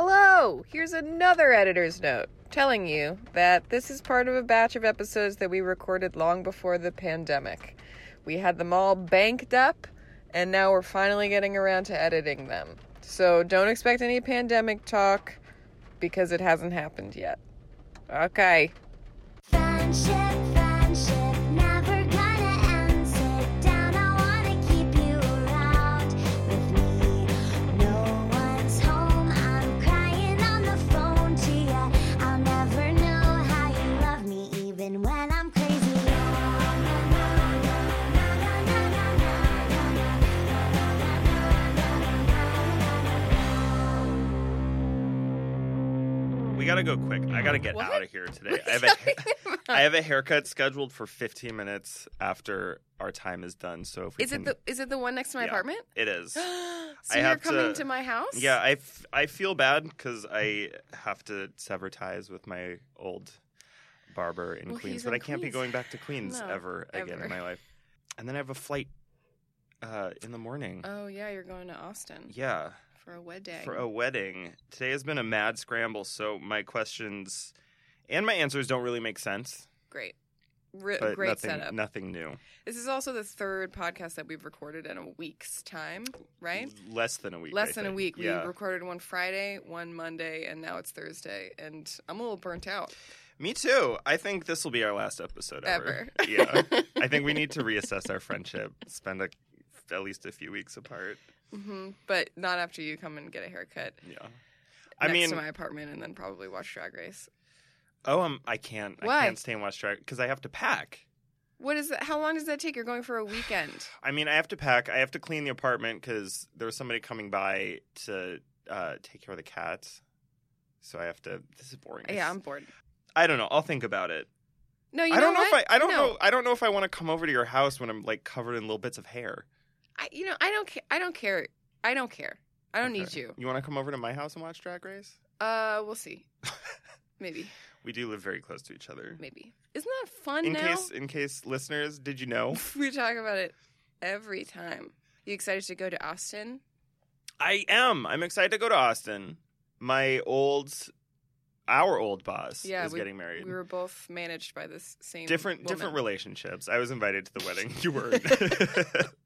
Oh, here's another editor's note telling you that this is part of a batch of episodes that we recorded long before the pandemic. We had them all banked up, and now we're finally getting around to editing them. So don't expect any pandemic talk because it hasn't happened yet. Okay. Friendship, friendship, never gonna end. Sit down, I wanna keep you around with me. No one's home, I'm crying on the phone to ya. I'll never know how you love me, even when I'm crazy. We gotta go quick. I gotta get What? out of here today. I have a, I have a haircut scheduled for 15 minutes after our time is done. So if we Is it can- the is it the one next to my Yeah. apartment? It is. so I you're have coming to... to- my house? Yeah, I, f- I feel bad because I have to sever ties with my old barber in Well, he's Queens, but in I can't be Queens. going back to Queens No, ever again ever. in my life. And then I have a flight uh, in the morning. Oh yeah, you're going to Austin yeah, for a wed day. for a wedding. Today has been a mad scramble, so my questions and my answers don't really make sense. Great. Re- But great nothing, setup. nothing new. This is also the third podcast that we've recorded in a week's time, right? Less than a week. I Less than a think. week. Yeah. We recorded one Friday, one Monday, and now it's Thursday. And I'm a little burnt out. Me too. I think this will be our last episode ever. yeah. I think we need to reassess our friendship. Spend a, at least a few weeks apart. hmm But not after you come and get a haircut Yeah. I next mean, to my apartment and then probably watch Drag Race. oh, um, I can't. Why? I can't stay and watch Drag because I have to pack. What is that? How long does that take? You're going for a weekend. I mean, I have to pack. I have to clean the apartment because there's somebody coming by to uh, take care of the cats. So I have to. This is boring. yeah, I'm bored. I don't know. I'll think about it. No, you I don't know, know what? if I. I don't No. know. I don't know if I want to come over to your house when I'm like covered in little bits of hair. I, you know, I don't care. I don't care. I don't care. I don't Okay. need you. You want to come over to my house and watch Drag Race? Uh, we'll see. maybe, We do live very close to each other. maybe. Isn't that fun In now? case, in case listeners, did you know? we talk about it every time. You excited to go to Austin? I am. I'm excited to go to Austin. My old, our old boss Yeah, is getting married. We were both managed by this same different, woman. different relationships. I was invited to the wedding. You weren't.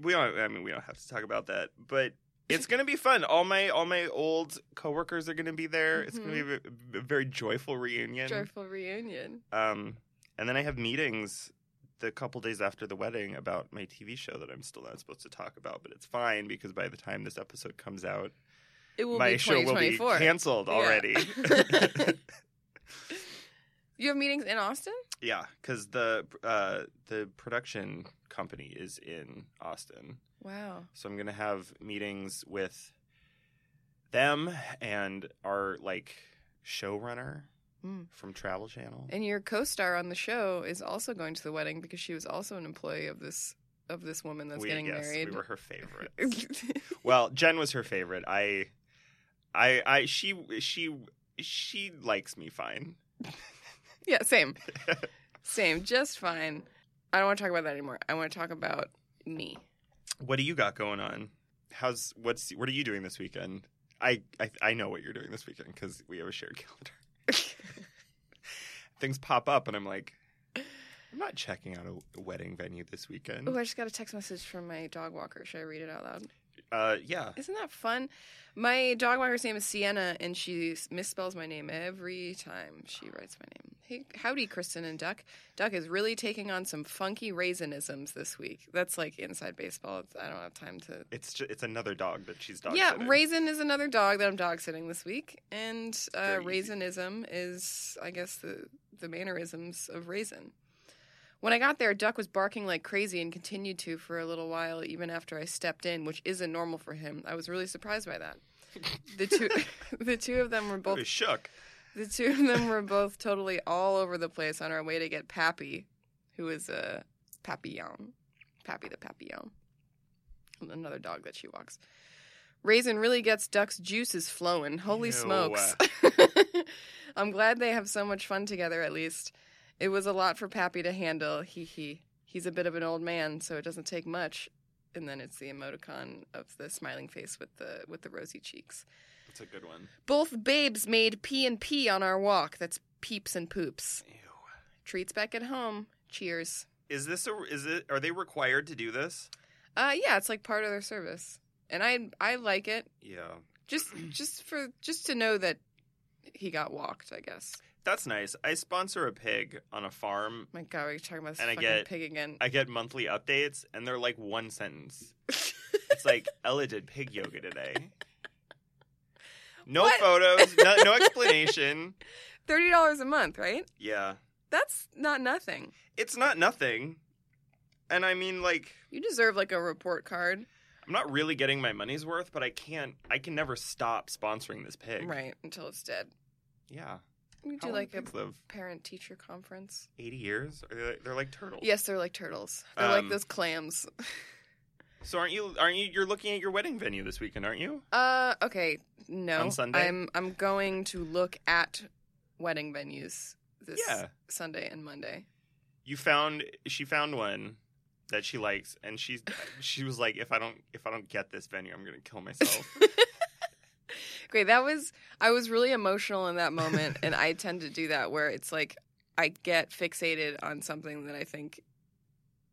we don't. I mean, we don't have to talk about that. But it's gonna be fun. All my, all my old coworkers are gonna be there. It's gonna Mm-hmm. be a, v- a very joyful reunion. joyful reunion. Um, and then I have meetings the couple days after the wedding about my TV show that I'm still not supposed to talk about, but it's fine because by the time this episode comes out, It will my be show will be 2024. canceled Yeah. already. you have meetings in Austin? yeah, because the uh, the production company is in Austin, Wow. so I'm gonna have meetings with them and our like showrunner Hmm. from Travel Channel. And your co-star on the show is also going to the wedding because she was also an employee of this of this woman that's we, getting yes, married. we were her favorite. Well, Jen was her favorite. I, I, I. She, she, she likes me fine. yeah, same. same, just fine. I don't want to talk about that anymore. I want to talk about me. What do you got going on? How's what's what are you doing this weekend? I I, I know what you're doing this weekend because we have a shared calendar. Things pop up, and I'm like, I'm not checking out a wedding venue this weekend. Oh, I just got a text message from my dog walker. Should I read it out loud? Uh, yeah. Isn't that fun? My dog walker's name is Sienna, and she s- misspells my name every time she writes my name. Hey, howdy, Kristen and Duck. Duck is really taking on some funky raisinisms this week. That's like inside baseball. It's, I don't have time to. It's ju- it's another dog that she's dog. yeah, sitting. Raisin is another dog that I'm dog sitting this week, and uh, Very easy. raisinism is, I guess, the the mannerisms of raisin. When I got there, Duck was barking like crazy and continued to for a little while, even after I stepped in, which isn't normal for him. I was really surprised by that. The two, the two of them were I both was shook. the two of them were both totally all over the place on our way to get Pappy, who is a papillon. Pappy the papillon. Another dog that she walks. Raisin really gets Duck's juices flowing. Holy Ew. smokes. I'm glad they have so much fun together, at least. It was a lot for Pappy to handle. Hee hee. He's a bit of an old man, so it doesn't take much. And then it's the emoticon of the smiling face with the with the rosy cheeks. That's a good one. Both babes made pee and pee on our walk. That's peeps and poops. Ew. Treats back at home. Cheers. Is this a is it are they required to do this? Uh yeah, it's like part of their service. And I I like it. Yeah. Just just for just to know that he got walked, I guess. That's nice. I sponsor a pig on a farm. My god, we're talking about this And I fucking get- pig again. I get monthly updates and they're like one sentence. It's like Ella did pig yoga today. No What? photos, no, no explanation. Thirty dollars a month, right? Yeah. That's not nothing. It's not nothing. And I mean like You deserve like a report card. I'm not really getting my money's worth, but I can't I can never stop sponsoring this pig. Right, until it's dead. Yeah. You do How long like do a pigs live? parent teacher conference. 80 years? Are they, they're like turtles. Yes, they're like turtles. They're like Um, those clams. So aren't you aren't you you're looking at your wedding venue this weekend, aren't you? Uh, okay, no. On Sunday? I'm I'm going to look at wedding venues this Yeah. Sunday and Monday. You found she found one that she likes and she's she was like if I don't if I don't get this venue, I'm going to kill myself. Great. That was I was really emotional in that moment, and I tend to do that where it's like I get fixated on something that I think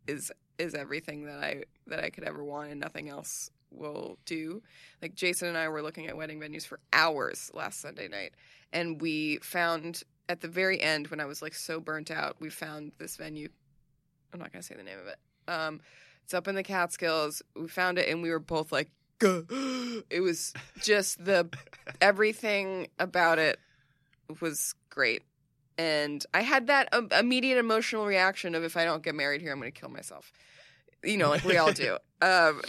is is everything that I that I could ever want, and nothing else will do. Like Jason and I were looking at wedding venues for hours last Sunday night, and we found at the very end when I was like so burnt out, we found this venue. I'm not gonna say the name of it. Um, it's up in the Catskills. We found it, and we were both like, "Gah." it was just the everything about it was great. And I had that um, immediate emotional reaction of if I don't get married here, I'm going to kill myself. You know, like we all do. Um,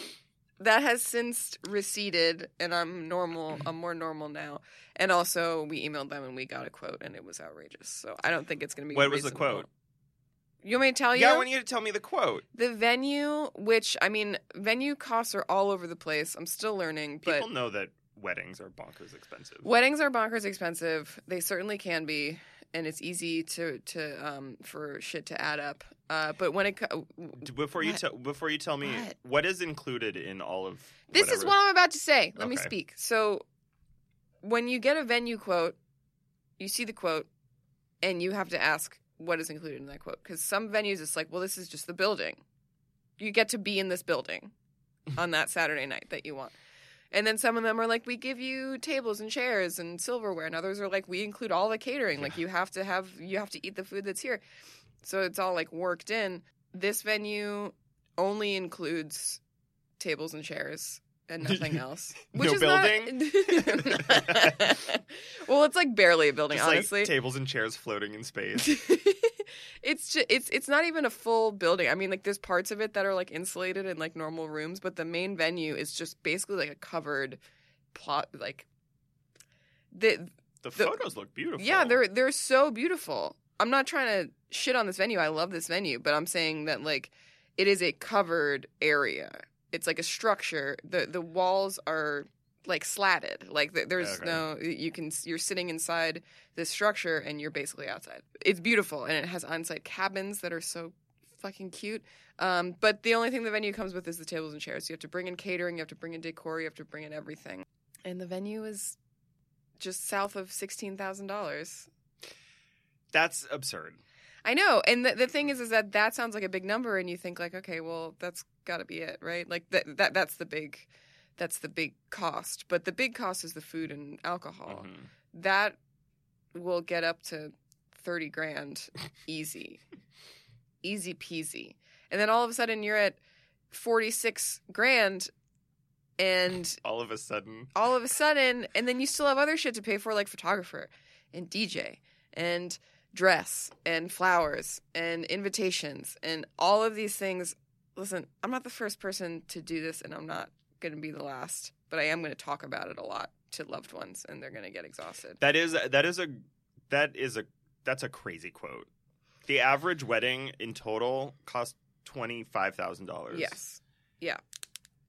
that has since receded, and I'm Mm. normal. I'm more normal now. And also, we emailed them and we got a quote, and it was outrageous. So I don't think it's going to be. Oh, What was the reasonable. quote? You want me to tell you? yeah, I want you to tell me the quote. The venue, which I mean, venue costs are all over the place. I'm still learning, but People know that weddings are bonkers expensive. weddings are bonkers expensive. They certainly can be, and it's easy to to um for shit to add up. Uh, but when it co- D- Before you What? tell before you tell me What? what is included in all of this is whatever- what I'm about to say. Let me Okay. speak. So, when you get a venue quote, you see the quote, and you have to ask what is included in that quote because some venues it's like, well, this is just the building. You get to be in this building on that Saturday night that you want. And then some of them are like, we give you tables and chairs and silverware, and others are like, we include all the catering. Like Yeah. you have to have you have to eat the food that's here. So it's all like worked in. This venue only includes tables and chairs and nothing else. No not- building? well, it's like barely a building, Just honestly. like tables and chairs floating in space. it's just, it's it's not even a full building. I mean, like there's parts of it that are like insulated and like normal rooms, but the main venue is just basically like a covered plot. Like the The- The photos look beautiful. yeah, they're they're so beautiful. I'm not trying to shit on this venue. I love this venue, but I'm saying that like it is a covered area. It's like a structure. the The walls are like slatted. Like th- there's Okay. no you can you're sitting inside this structure and you're basically outside. It's beautiful and it has on-site cabins that are so fucking cute. Um, but the only thing the venue comes with is the tables and chairs. You have to bring in catering. You have to bring in decor. You have to bring in everything. And the venue is just south of sixteen thousand dollars. That's absurd. I know, and the, the thing is, is that that sounds like a big number, and you think like, okay, well, that's got to be it, right? Like that that that's the big, that's the big cost. But the big cost is the food and alcohol. Mhm. That will get up to thirty grand, easy, easy peasy. And then all of a sudden, you're at forty six grand, and All of a sudden, all of a sudden, and then you still have other shit to pay for, like photographer and DJ and dress and flowers and invitations and all of these things. Listen, I'm not the first person to do this, and I'm not going to be the last, but I am going to talk about it a lot to loved ones, and they're going to get exhausted. That is that is a that is a that's a crazy quote. The average wedding in total cost twenty five thousand dollars. Yes.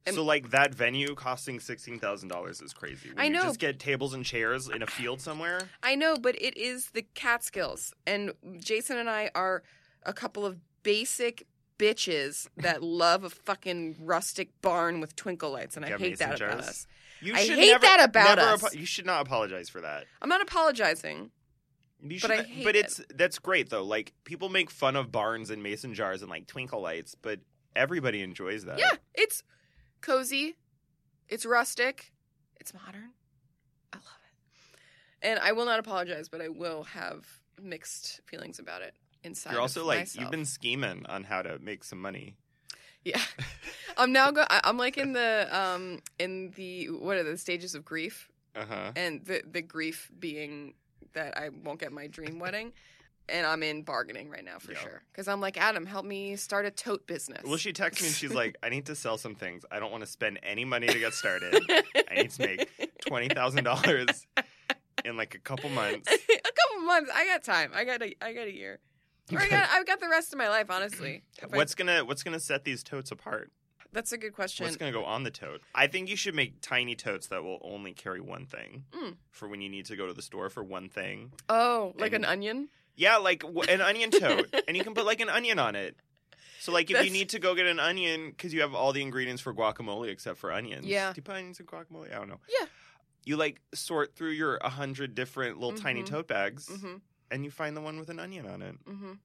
and- So like that venue costing sixteen thousand dollars is crazy. When I know. You just get tables and chairs in a field somewhere. I know, but it is the Catskills, and Jason and I are a couple of basic bitches that love a fucking rustic barn with twinkle lights, and I Do you have hate mason that about jars? us. You I should hate never- that about never us. apo- you should not apologize for that. I'm not apologizing. You But should, I hate but it. it's that's great though. Like people make fun of barns and mason jars and like twinkle lights, but everybody enjoys that. Yeah, it's cozy, it's rustic, it's modern. I love it. And I will not apologize, but I will have mixed feelings about it inside. You're of also like myself. you've been scheming on how to make some money. Yeah. I'm now go I- I'm like in the um in the what are the stages of grief Uh huh. and the the grief being that I won't get my dream wedding and I'm in bargaining right now for Yeah. sure cuz I'm like Adam help me start a tote business. Well, she texts me and she's like, "I need to sell some things. I don't want to spend any money to get started. I need to make twenty thousand dollars in like a couple months." a couple months. I got time. I got a I got a year. Or I got I've got the rest of my life honestly. If I- What's gonna What's gonna set these totes apart? That's a good question. What's gonna go on the tote? I think you should make tiny totes that will only carry one thing Mm. for when you need to go to the store for one thing. oh, like and- an onion? Yeah, like w- an onion tote, and you can put like an onion on it. So, like, if That's- you need to go get an onion because you have all the ingredients for guacamole except for onions. Yeah. do you put onions in guacamole? I don't know. Yeah. you like sort through your a hundred different little tiny Mhm. tote bags, Mhm. and you find the one with an onion on it. Mhm.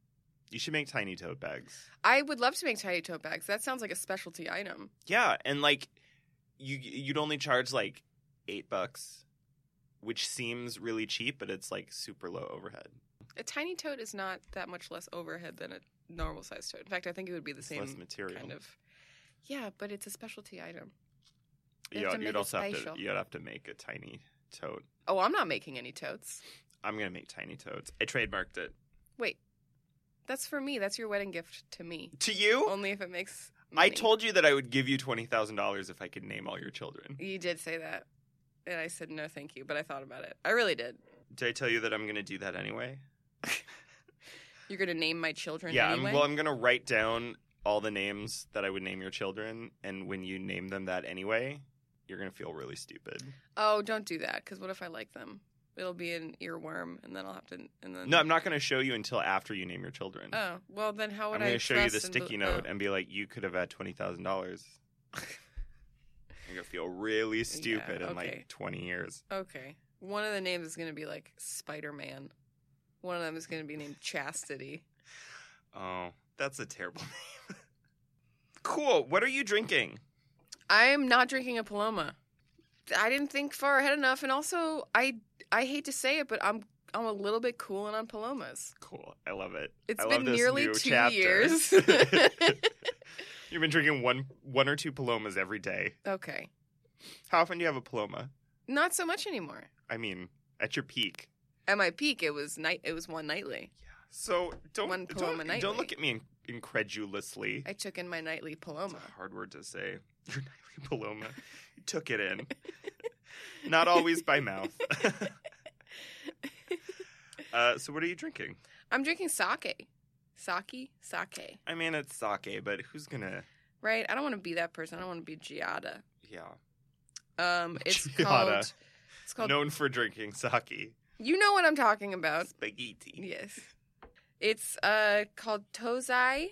You should make tiny tote bags. I would love to make tiny tote bags. That sounds like a specialty item. Yeah, and like, you you'd only charge like eight bucks, which seems really cheap, but it's like super low overhead. A tiny tote is not that much less overhead than a normal sized tote. In fact, I think it would be the It's same less material. kind of. Yeah, but it's a specialty item. You Yeah, have to make you'd it also have to spatial. you'd have to make a tiny tote. Oh, I'm not making any totes. I'm gonna make tiny toads. I trademarked it. Wait, that's for me. That's your wedding gift to me. To you? Only if it makes. I Money. told you that I would give you twenty thousand dollars if I could name all your children. you did say that, and I said no, thank you. But I thought about it. I really did. Did I tell you that I'm gonna do that anyway? You're gonna name my children. yeah. anyway? I'm, well, I'm gonna write down all the names that I would name your children, and when you name them that anyway, you're gonna feel really stupid. Oh, don't do that. Because what if I like them? It'll be an earworm, and then I'll have to. And then No, I'm not gonna show you until after you name your children. Oh well, then how would I'm I? gonna show you the trust and bel- sticky oh. note and be like, "You could have had twenty thousand dollars." You're gonna feel really stupid in okay. like twenty years. oh, Okay. One of the names is going to be like Spider Man. One of them is going to be named Chastity. Oh, that's a terrible name. cool. What are you drinking? I am not drinking a Paloma. I didn't think far ahead enough, and also I I hate to say it, but I'm I'm a little bit cooling on Palomas. Cool. I love it. It's I love been this nearly new two chapter. years. You've been drinking one one or two palomas every day. okay, How often do you have a paloma? not so much anymore. I mean, at your peak. At my peak, it was night. It was one nightly. So don't One paloma don't, don't nightly. look at me in- incredulously. I took in my nightly It's Paloma. a hard word to say. Your nightly paloma. You took it in. Not always by mouth. uh, so what are you drinking? I'm drinking sake, sake, sake. I mean, it's sake, but who's gonna? Right? I don't want to be that person. I don't want to be Giada. Yeah. Um, it's Giada. called. It's called. Uh, known for drinking sake. You know what I'm talking about. Spaghetti. Yes. It's uh called Tozai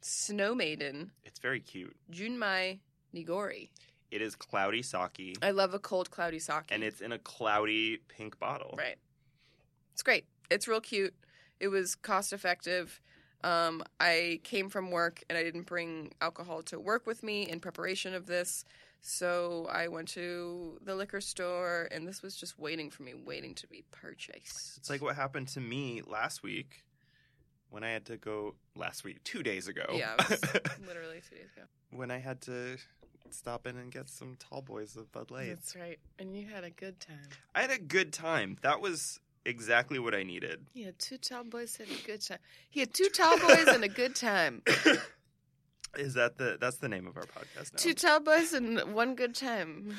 Snow Maiden It's very cute. Junmai Nigori. It is cloudy sake, I love a cold, cloudy sake. and it's in a cloudy pink bottle. right. It's great. It's real cute. It was cost effective. Um, I came from work and I didn't bring alcohol to work with me in preparation of this. So I went to the liquor store and this was just waiting for me, waiting to be purchased. It's like what happened to me last week when I had to go last week, two days ago. Yeah, it was literally two days ago. when I had to stop in and get some tall boys of Bud Light. That's right. And you had a good time. I had a good time. That was exactly what I needed. He had two tall boys and a good time. He had two tall boys and a good time. Is that the that's the name of our podcast now? Two tall boys and one good time.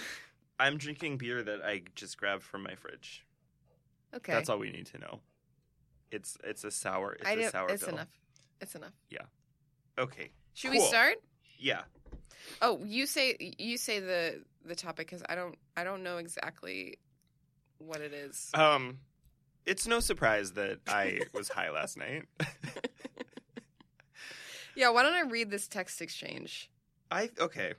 I'm drinking beer that I just grabbed from my fridge. Okay. That's all we need to know. It's it's a sour. It's I a didn't- sour. it's bill. enough. It's enough. Okay. Should we Cool. start? Yeah. Oh, you say you say the the topic cuz I don't I don't know exactly what it is. Um, it's no surprise that I was high last night. yeah, why don't I read this text exchange? I okay.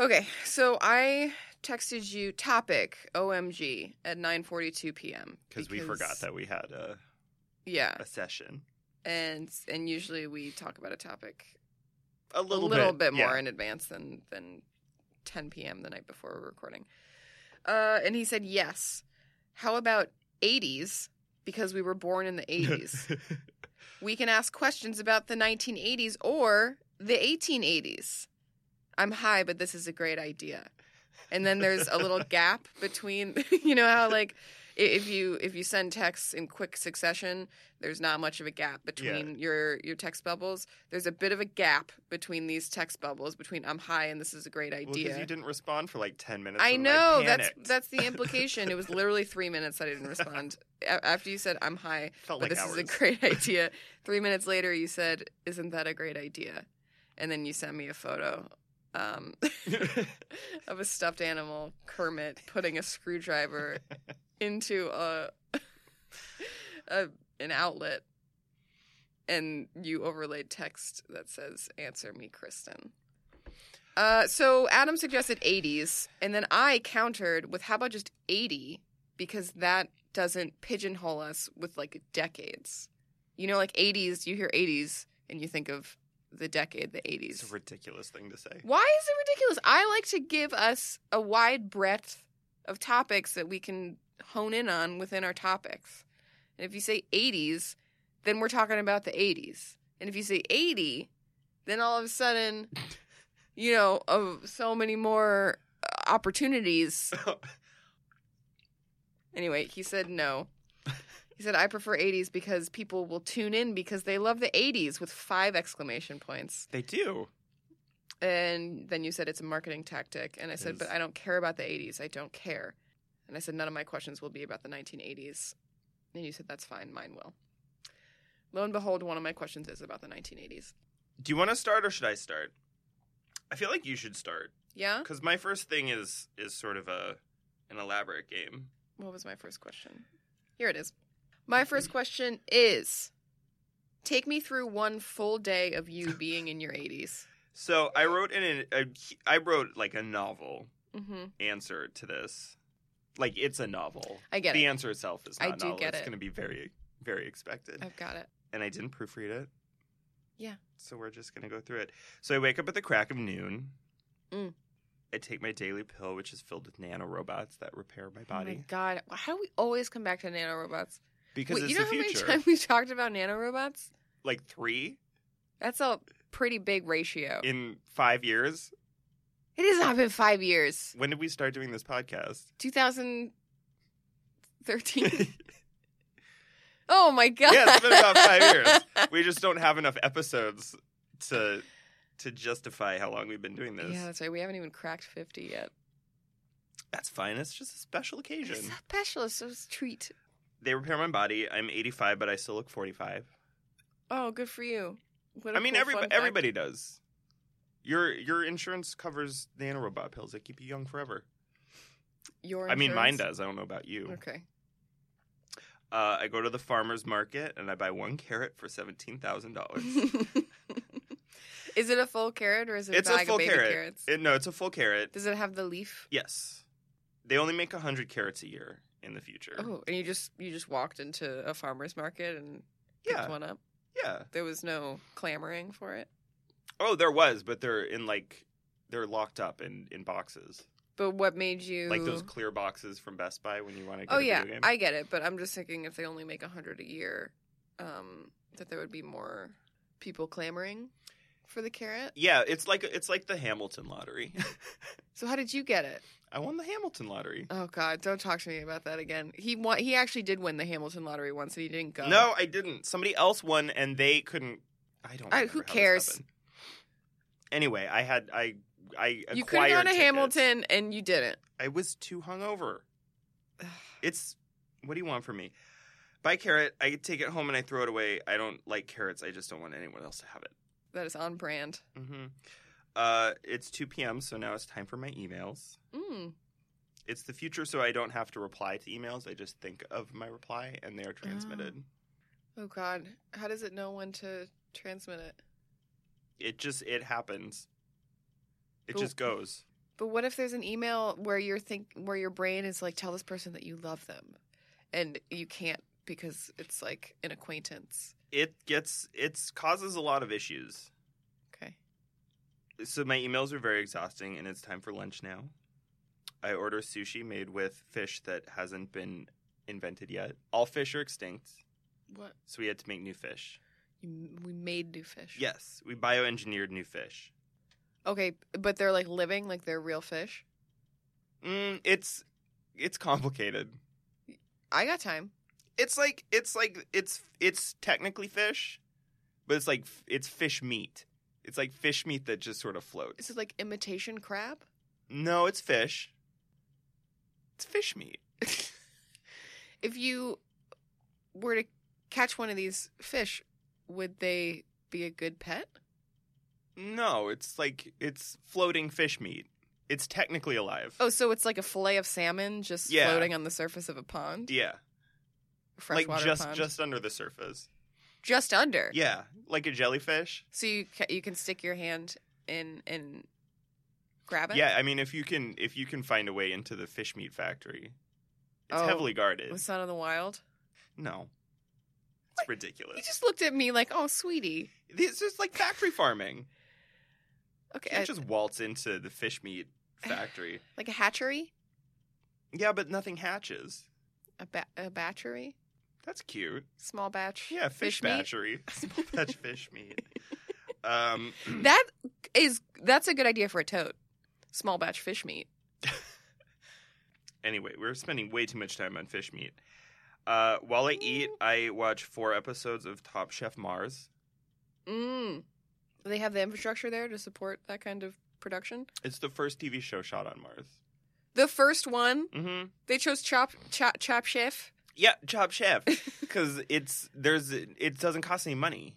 Okay, so I texted you topic OMG at 9:42 p.m. because we forgot that we had a, Yeah, a session. and and usually we talk about a topic A a little, little, bit, more yeah. in advance than than 10 p.m. the night before we're recording. Uh, and he said yes. How about 80s? Because we were born in the 80s, we can ask questions about the 1980s or the 1880s. I'm high, but this is a great idea. And then there's a little gap between, you know how like i- if you if you send texts in quick succession, there's not much of a gap between your your text bubbles. There's a bit of a gap between these text bubbles between I'm high and this is a great Well, 'cause idea. you didn't respond for like 10 minutes. I and then know that's panicked. that's the implication. it was literally three minutes that I didn't respond A- after you said I'm high. Felt But like this is hours. a great idea. Three minutes later, you said, "Isn't that a great idea?" And then you sent me a photo um, of a stuffed animal, Kermit, putting a screwdriver into a, a an outlet, and you overlaid text that says, "Answer me, Kristen." Uh, so Adam suggested 80s, and then I countered with, "How about just 80?" because that doesn't pigeonhole us with like decades. You know, like 80s, you hear 80s and you think of the decade, the 80s. It's a ridiculous thing to say. Why is it ridiculous? I like to give us a wide breadth of topics that we can hone in on within our topics. And if you say 80s, then we're talking about the 80s. And if you say 80, then all of a sudden, you know, of so many more uh, opportunities. Anyway, he said no. He said I prefer 80s because people will tune in because they love the 80s with five exclamation points. They do. And then you said it's a marketing tactic. And I said, Is. but I don't care about the 80s. I don't care. And I said, none of my questions will be about the 1980s. And you said, that's fine. Mine will. Lo and behold, one of my questions is about the 1980s. Do you want to start or should I start? I feel like you should start Yeah? because my first thing is is sort of a an elaborate game. What was my first question? Here it is. My first question is take me through one full day of you being in your 80s. So I wrote in an, a, I wrote like a novel hmm Mm-hmm. answer to this. Like it's a novel. I get the it. answer itself is I not do novel. get it's it. going to be very very expected. I've got it. and I didn't proofread it. Yeah. So we're just gonna go through it. So I wake up at the crack of noon. Mm. I take my daily pill, which is filled with nanorobots that repair Oh my my body. God. How do we always come back to nanorobots? because Wait, it's you know the how many future. times we talked about nanorobots? Like three That's a pretty big ratio. in five years. It has not been five years. When did we start doing this podcast? 2013. oh my god. Yeah, it's been about five years. We just don't have enough episodes to to justify how long we've been doing this. Yeah, that's right. We haven't even cracked 50 yet. That's fine. It's just a special occasion. It's special. It's a treat. They repair my body. I'm 85, but I still look 45. Oh, good for you. What a I mean, cool everybody, fun fact. everybody does. Your your insurance covers nanorobot pills that keep you young forever. Your I mean, mine insurance? does. I don't know about you. Okay. Uh, I go to the farmer's market and I buy one carrot for seventeen thousand dollars. is it a full carrot or is it It's a a bag full of baby carrot. carrots? It, Eh, no, it's a full carrot. Does it have the leaf? Yes, they only make hundred carrots a year in the future. Oh, and you just you just walked into a farmer's market and picked yeah, one up. yeah. There was no clamoring for it. Oh, there was, but they're in like they're locked up in in boxes, But what made you like those clear boxes from Best Buy when you want to get Oh a yeah, video game. I get it, but I'm just thinking if they only make a hundred a year, um, that there would be more people clamoring for the carrot. yeah, it's like it's like the Hamilton lottery. So how did you get it? I won the Hamilton lottery. Oh God, don't talk to me about that again. He won. He actually did win the Hamilton lottery once, and he didn't go. No, I didn't. Somebody else won, and they couldn't. I don't. I- remember who how this cares? happened. Anyway, I had I I you could acquired have gone to tickets. Hamilton, and you didn't. I was too hungover. It's what do you want from me? Buy carrot. I take it home and I throw it away. I don't like carrots. I just don't want anyone else to have it. That is on brand. hmm Uh, it's two p.m. So now it's time for my emails. Mm. It's the future, so I don't have to reply to emails. I just think of my reply, and they are transmitted. Oh God, how does it know when to transmit it? It just it happens. It Cool. just goes. But what if there's an email where you're think where your brain is like, tell this person that you love them, and you can't because it's like an acquaintance. It gets it causes a lot of issues. Okay. So my emails are very exhausting, and it's time for lunch now. I order sushi made with fish that hasn't been invented yet. All fish are extinct, What so we had to make new fish. you, we made new fish. Yes, we bioengineered new fish. Okay, but they're like living, like they're real fish. Mm, it's it's complicated. I got time. It's like it's like it's it's technically fish, but it's like f- it's fish meat. It's like fish meat that just sort of floats. Is it like imitation crab? No, it's fish. It's fish meat. If you were to catch one of these fish, would they be a good pet? No, it's like it's floating fish meat. It's technically alive. Oh, so it's like a fillet of salmon just Yeah. floating on the surface of a pond, yeah, freshwater like just pond, just under the surface. just under. Yeah, like a jellyfish. So you ca- you can stick your hand in and grab it. Yeah, I mean if you can if you can find a way into the fish meat factory, it's Oh. heavily guarded. It's not in the wild. No, it's What? ridiculous. You just looked at me like, "Oh, sweetie." It's just like factory farming. You Okay, can't I- just waltz into the fish meat factory. like a hatchery, yeah, but nothing hatches. a, ba- a batchery, That's cute. small batch. Yeah, fish, meat. batchery. Small batch fish meat. Um, That is that's a good idea for a tote. Small batch fish meat. anyway, we're spending way too much time on fish meat. Uh, while I eat, I watch four episodes of Top Chef Mars. Mm. They have the infrastructure there to support that kind of production. It's the first TV show shot on Mars. The first one Mm-hmm. they chose Chop Chop Chop Chef. Yeah, Top Chef, because it's there's it doesn't cost any money.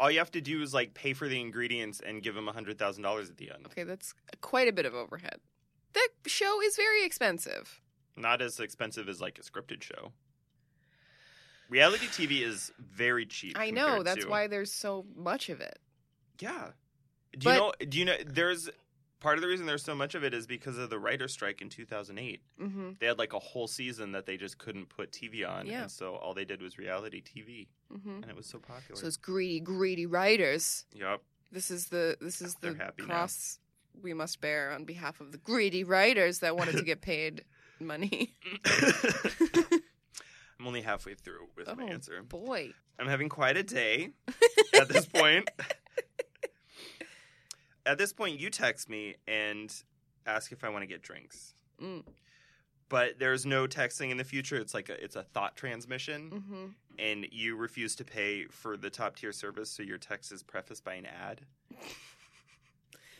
All you have to do is like pay for the ingredients and give them hundred thousand dollars at the end. Okay, that's quite a bit of overhead. That show is very expensive. Not as expensive as like a scripted show. Reality TV is very cheap. I know compared that's to- why there's so much of it. Yeah. Do But- you know? Do you know? There's part of the reason there's so much of it is because of the writer strike in 2008. Mm-hmm. They had like a whole season that they just couldn't put TV on, Yeah. and so all they did was reality TV, Mm-hmm. and it was so popular. So it's greedy, greedy writers. yep. This is the this is They're the happy now. cross we must bear on behalf of the greedy writers that wanted to get paid money. I'm only halfway through with my Oh, answer. Boy, I'm having quite a day at this point. at this point, you text me and ask if I want to get drinks. Mm. But there's no texting in the future. It's like a, it's a thought transmission, hmm and you refuse to pay for the top tier service, so your text is prefaced by an ad, that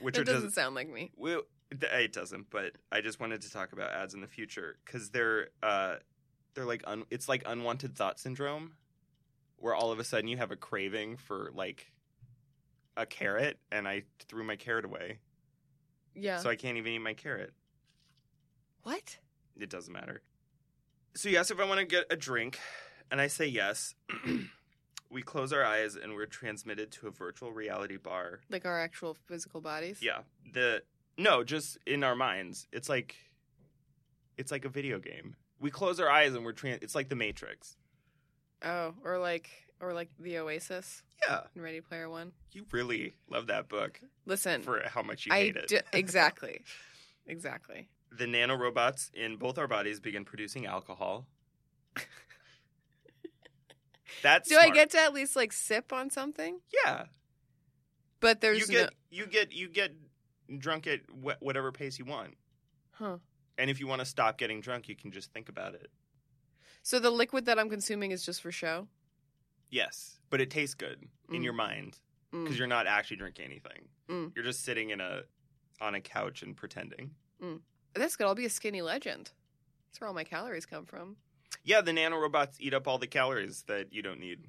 which are doesn't just sound like me. well, th- it doesn't. But I just wanted to talk about ads in the future because they're uh, they're like un- it's like unwanted thought syndrome, where all of a sudden you have a craving for like a carrot, and I threw my carrot away, Yeah. so I can't even eat my carrot. what? It doesn't matter. So you asked if I want to get a drink, and I say yes. we close our eyes and we're transmitted to a virtual reality bar. Like our actual physical bodies? Yeah. The no, just in our minds. It's like it's like a video game. We close our eyes and we're trans. It's like the Matrix. Oh, or like or like the Oasis Yeah. in Ready Player One. You really love that book Listen, for how much you I hate it. d- exactly, exactly. the nanorobots in both our bodies begin producing alcohol. That's Do I smart. get to at least like sip on something? Yeah. But there's you get you get you get drunk at wh- whatever pace you want. no. Huh. And if you want to stop getting drunk, you can just think about it. So the liquid that I'm consuming is just for show. Yes, but it tastes good in Mm. your mind Mm. because you're not actually drinking anything. Mm. You're just sitting in a on a couch and pretending. That's good. I'll be a skinny legend. That's where all my calories come from. Yeah, the nanorobots eat up all the calories that you don't need.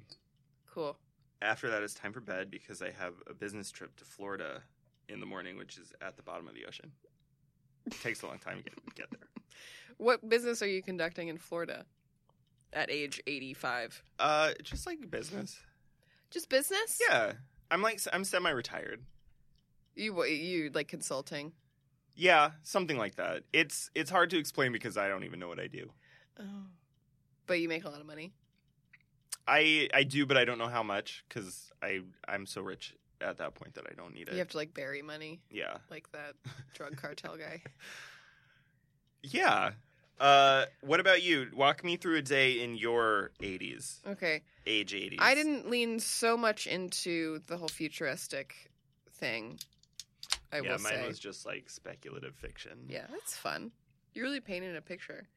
Cool. After that, it's time for bed because I have a business trip to Florida in the morning, which is at the bottom of the ocean. It takes a long time to get, get there. What business are you conducting in Florida at age 85? Uh, just like business. Just business? Yeah, I'm like I'm semi-retired. You you like consulting? Yeah, something like that. It's it's hard to explain because I don't even know what I do. Oh. But you make a lot of money. I I do, but I don't know how much because I I'm so rich at that point that I don't need it. You have to like bury money, yeah, like that drug cartel guy. yeah. Uh, what about you? Walk me through a day in your '80s, Okay. age '80s. Mm. I didn't lean so much into the whole futuristic thing. I yeah, will mine say. was just like speculative fiction. Yeah, that's fun. You really painted a picture.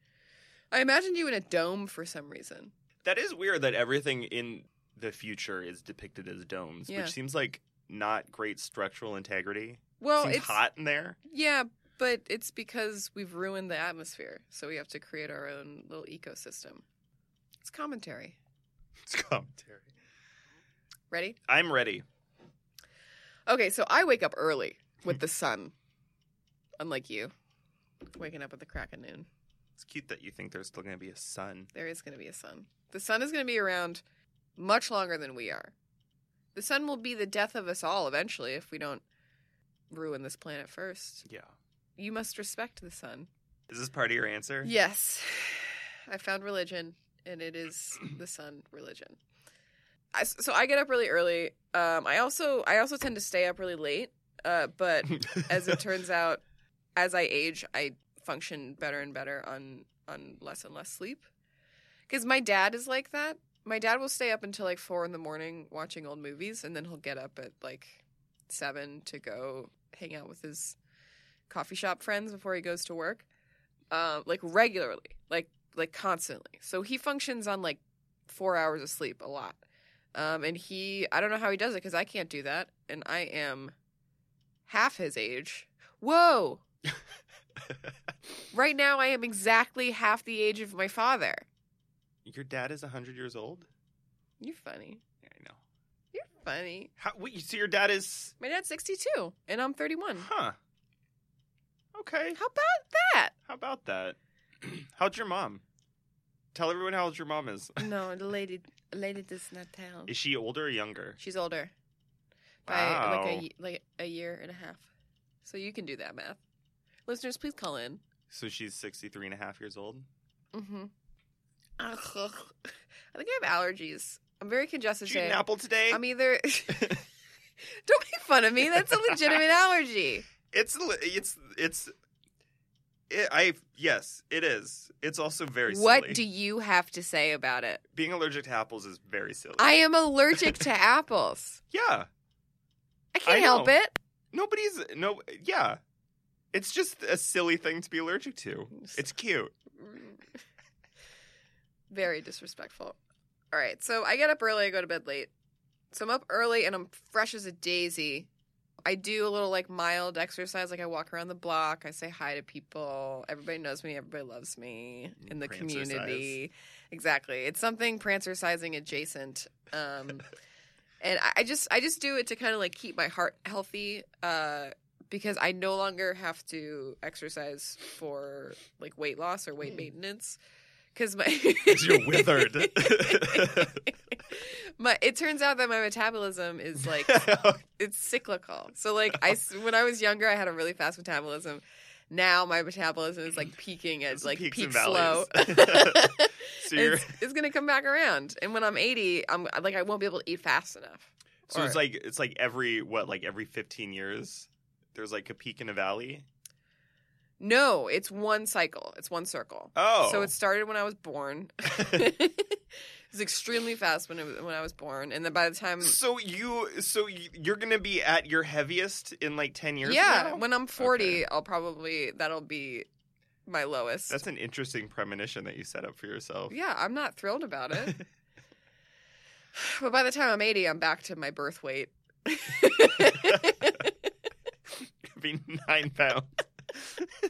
I imagined you in a dome for some reason. That is weird that everything in the future is depicted as domes, Yeah. which seems like not great structural integrity. Well, seems it's hot in there. yeah, but it's because we've ruined the atmosphere, so we have to create our own little ecosystem. It's commentary. It's commentary. Ready? I'm ready. Okay, so I wake up early with the sun, unlike you, waking up at the crack of noon. It's cute that you think there's still going to be a sun. There is going to be a sun. The sun is going to be around much longer than we are. The sun will be the death of us all eventually if we don't ruin this planet first. Yeah. You must respect the sun. Is this part of your answer? Yes. I found religion, and it is the sun religion. I, so I get up really early. Um, I also I also tend to stay up really late. Uh, but as it turns out, as I age, I function better and better on on less and less sleep. Because my dad is like that. My dad will stay up until like four in the morning watching old movies, and then he'll get up at like seven to go hang out with his coffee shop friends before he goes to work, um, like regularly, like like constantly. So he functions on like four hours of sleep a lot. Um, and he, I don't know how he does it because I can't do that, and I am half his age. Whoa! Right now, I am exactly half the age of my father. your dad is 100 years old? You're funny. Yeah, I know. You're funny. How, wait, so your dad is. My dad's 62, and I'm 31. Huh. Okay. How about that? How about that? How's your mom? Tell everyone how old your mom is. No, the lady, the lady does not tell. Is she older or younger? She's older by wow. like a y- like a year and a half. So you can do that math. Listeners, please call in. So she's 63 and a half years old? Mm-hmm. I think I have allergies. I'm very congested Did you eat today. an apple today? I'm either. Don't make fun of me. That's a legitimate allergy. It's li- it's it's it, I yes, it is. It's also very silly. What do you have to say about it? Being allergic to apples is very silly. I am allergic to apples. yeah. I can't I help know. it. Nobody's no yeah. It's just a silly thing to be allergic to. It's cute. Very disrespectful. All right, so I get up early, I go to bed late. So I'm up early and I'm fresh as a daisy. I do a little like mild exercise, like I walk around the block, I say hi to people. Everybody knows me, everybody loves me in the Prancercise. community. Exactly. It's something prancercising adjacent. Um and I, I just I just do it to kind of like keep my heart healthy uh because I no longer have to exercise for like weight loss or weight maintenance because my 'Cause you're withered. my it turns out that my metabolism is like it's cyclical. So like I s- when I was younger, I had a really fast metabolism. Now my metabolism is like peaking at It's like peaks peak and slow. valleys. so you're, it's, it's gonna come back around, and when I'm 80, I'm like I won't be able to eat fast enough. so it's or- like it's like every what like every 15 years there's like a peak and a valley. No, it's one cycle. It's one circle. Oh. So it started when I was born. it was extremely fast when it, was- when I was born, and then by the time so you so you- you're going to be at your heaviest in like 10 years yeah, now? when I'm 40, Okay. I'll probably that'll be my lowest. That's an interesting premonition that you set up for yourself. yeah, I'm not thrilled about it. but by the time I'm 80, I'm back to my birth weight. Excuse Could be nine pounds. me,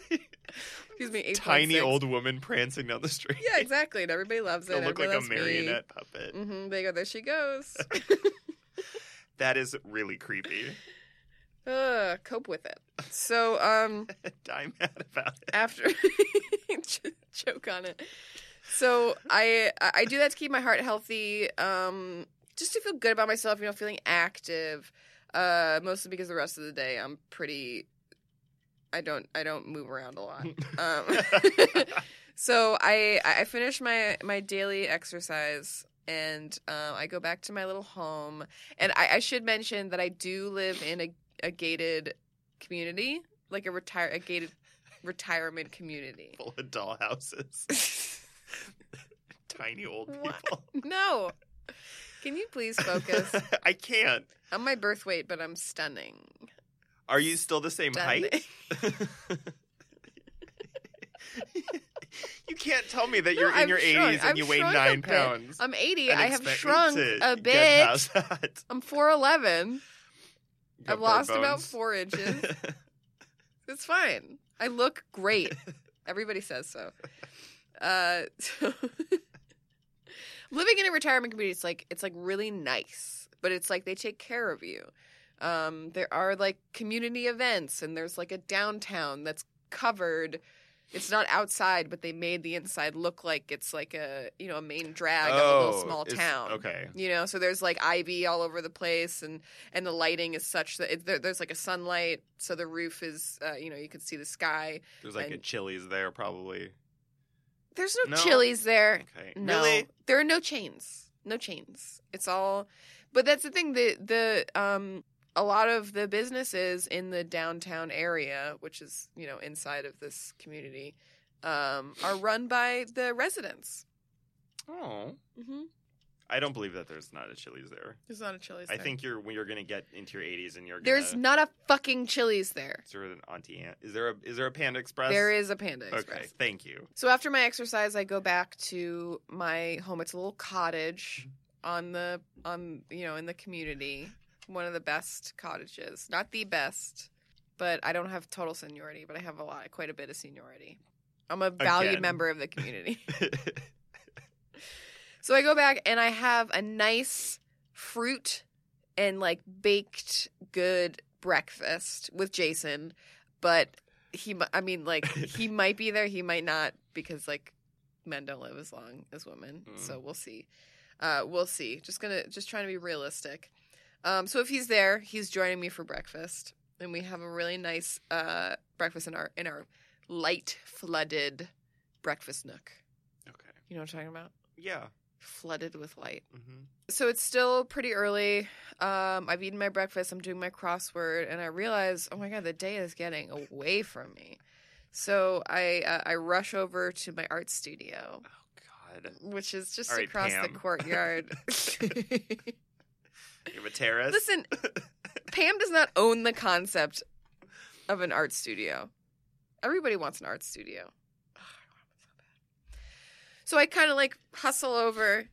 8.6. Tiny old woman prancing down the street. Yeah, exactly. And everybody loves it. They'll look Everybody like a loves me. marionette puppet. Mhm, They go, there she goes. That is really creepy. Ugh, cope with it. So, um, I'm mad about it. after Ch- choke on it. So I I I do that to keep my heart healthy, um, just to feel good about myself. You know, feeling active. Uh, mostly because the rest of the day I'm pretty I don't I don't move around a lot. Um, so I I finish my my daily exercise and um, I go back to my little home. And I, I should mention that I do live in a, a gated community, like a retire a gated retirement community. Full of dollhouses. Tiny old What? people. No. Can you please focus? I can't. I'm my birth weight, but I'm stunning. Are you still the same height? Stunning. you can't tell me that No, you're in I've your shrunk. 80s and I've you weigh shrunk a nine bit. pounds. I'm 80. and I have expect shrunk to a get bit. past that. I'm 4'11. You got I've bird lost about bones. four inches. it's fine. I look great. Everybody says so. Uh, so living in a retirement community, it's like it's like really nice, but it's like they take care of you. Um, there are like community events, and there's like a downtown that's covered. It's not outside, but they made the inside look like it's like a you know a main drag of a little Oh, small it's- town Okay. you know so there's like ivy all over the place and and the lighting is such that it, there, there's like a sunlight so the roof is uh, you know you can see the sky There's like a And- Chili's there, probably. there's no, No. chilies there Okay. no Really? there are no chains no chains it's all but that's the thing the the um a lot of the businesses in the downtown area which is you know inside of this community um are run by the residents Oh. mm-hmm. I don't believe that there's not a Chili's there. there's not a chilies I think you're when you're gonna get into your 80s and you're gonna. there's not a fucking chilies there Is there an Auntie Anne? Is there a is there a Panda Express? there is a panda Okay, express thank you. So after my exercise, I go back to my home. It's a little cottage on the on you know in the community, one of the best cottages, not the best, but I don't have total seniority, but I have a lot, quite a bit of seniority. I'm a valued Again. member of the community. So I go back and I have a nice fruit and like baked good breakfast with Jason, but he, mi- I mean, like he might be there, he might not, because like men don't live as long as women. Mm. So we'll see. Uh, we'll see. Just gonna, just trying to be realistic. Um, so if he's there, he's joining me for breakfast, and we have a really nice uh, breakfast in our in our light flooded breakfast nook. okay. You know what I'm talking about? Yeah. Flooded with light hmm so it's still pretty early. Um, I've eaten my breakfast. I'm doing my crossword, and I realize, oh my god, the day is getting away from me. So I uh, I rush over to my art studio, Oh God. which is just All right, across the Pam. courtyard. You have a terrace. Listen, Pam does not own the concept of an art studio. Everybody wants an art studio. Ugh, I want one so bad. So I kind of like hustle over.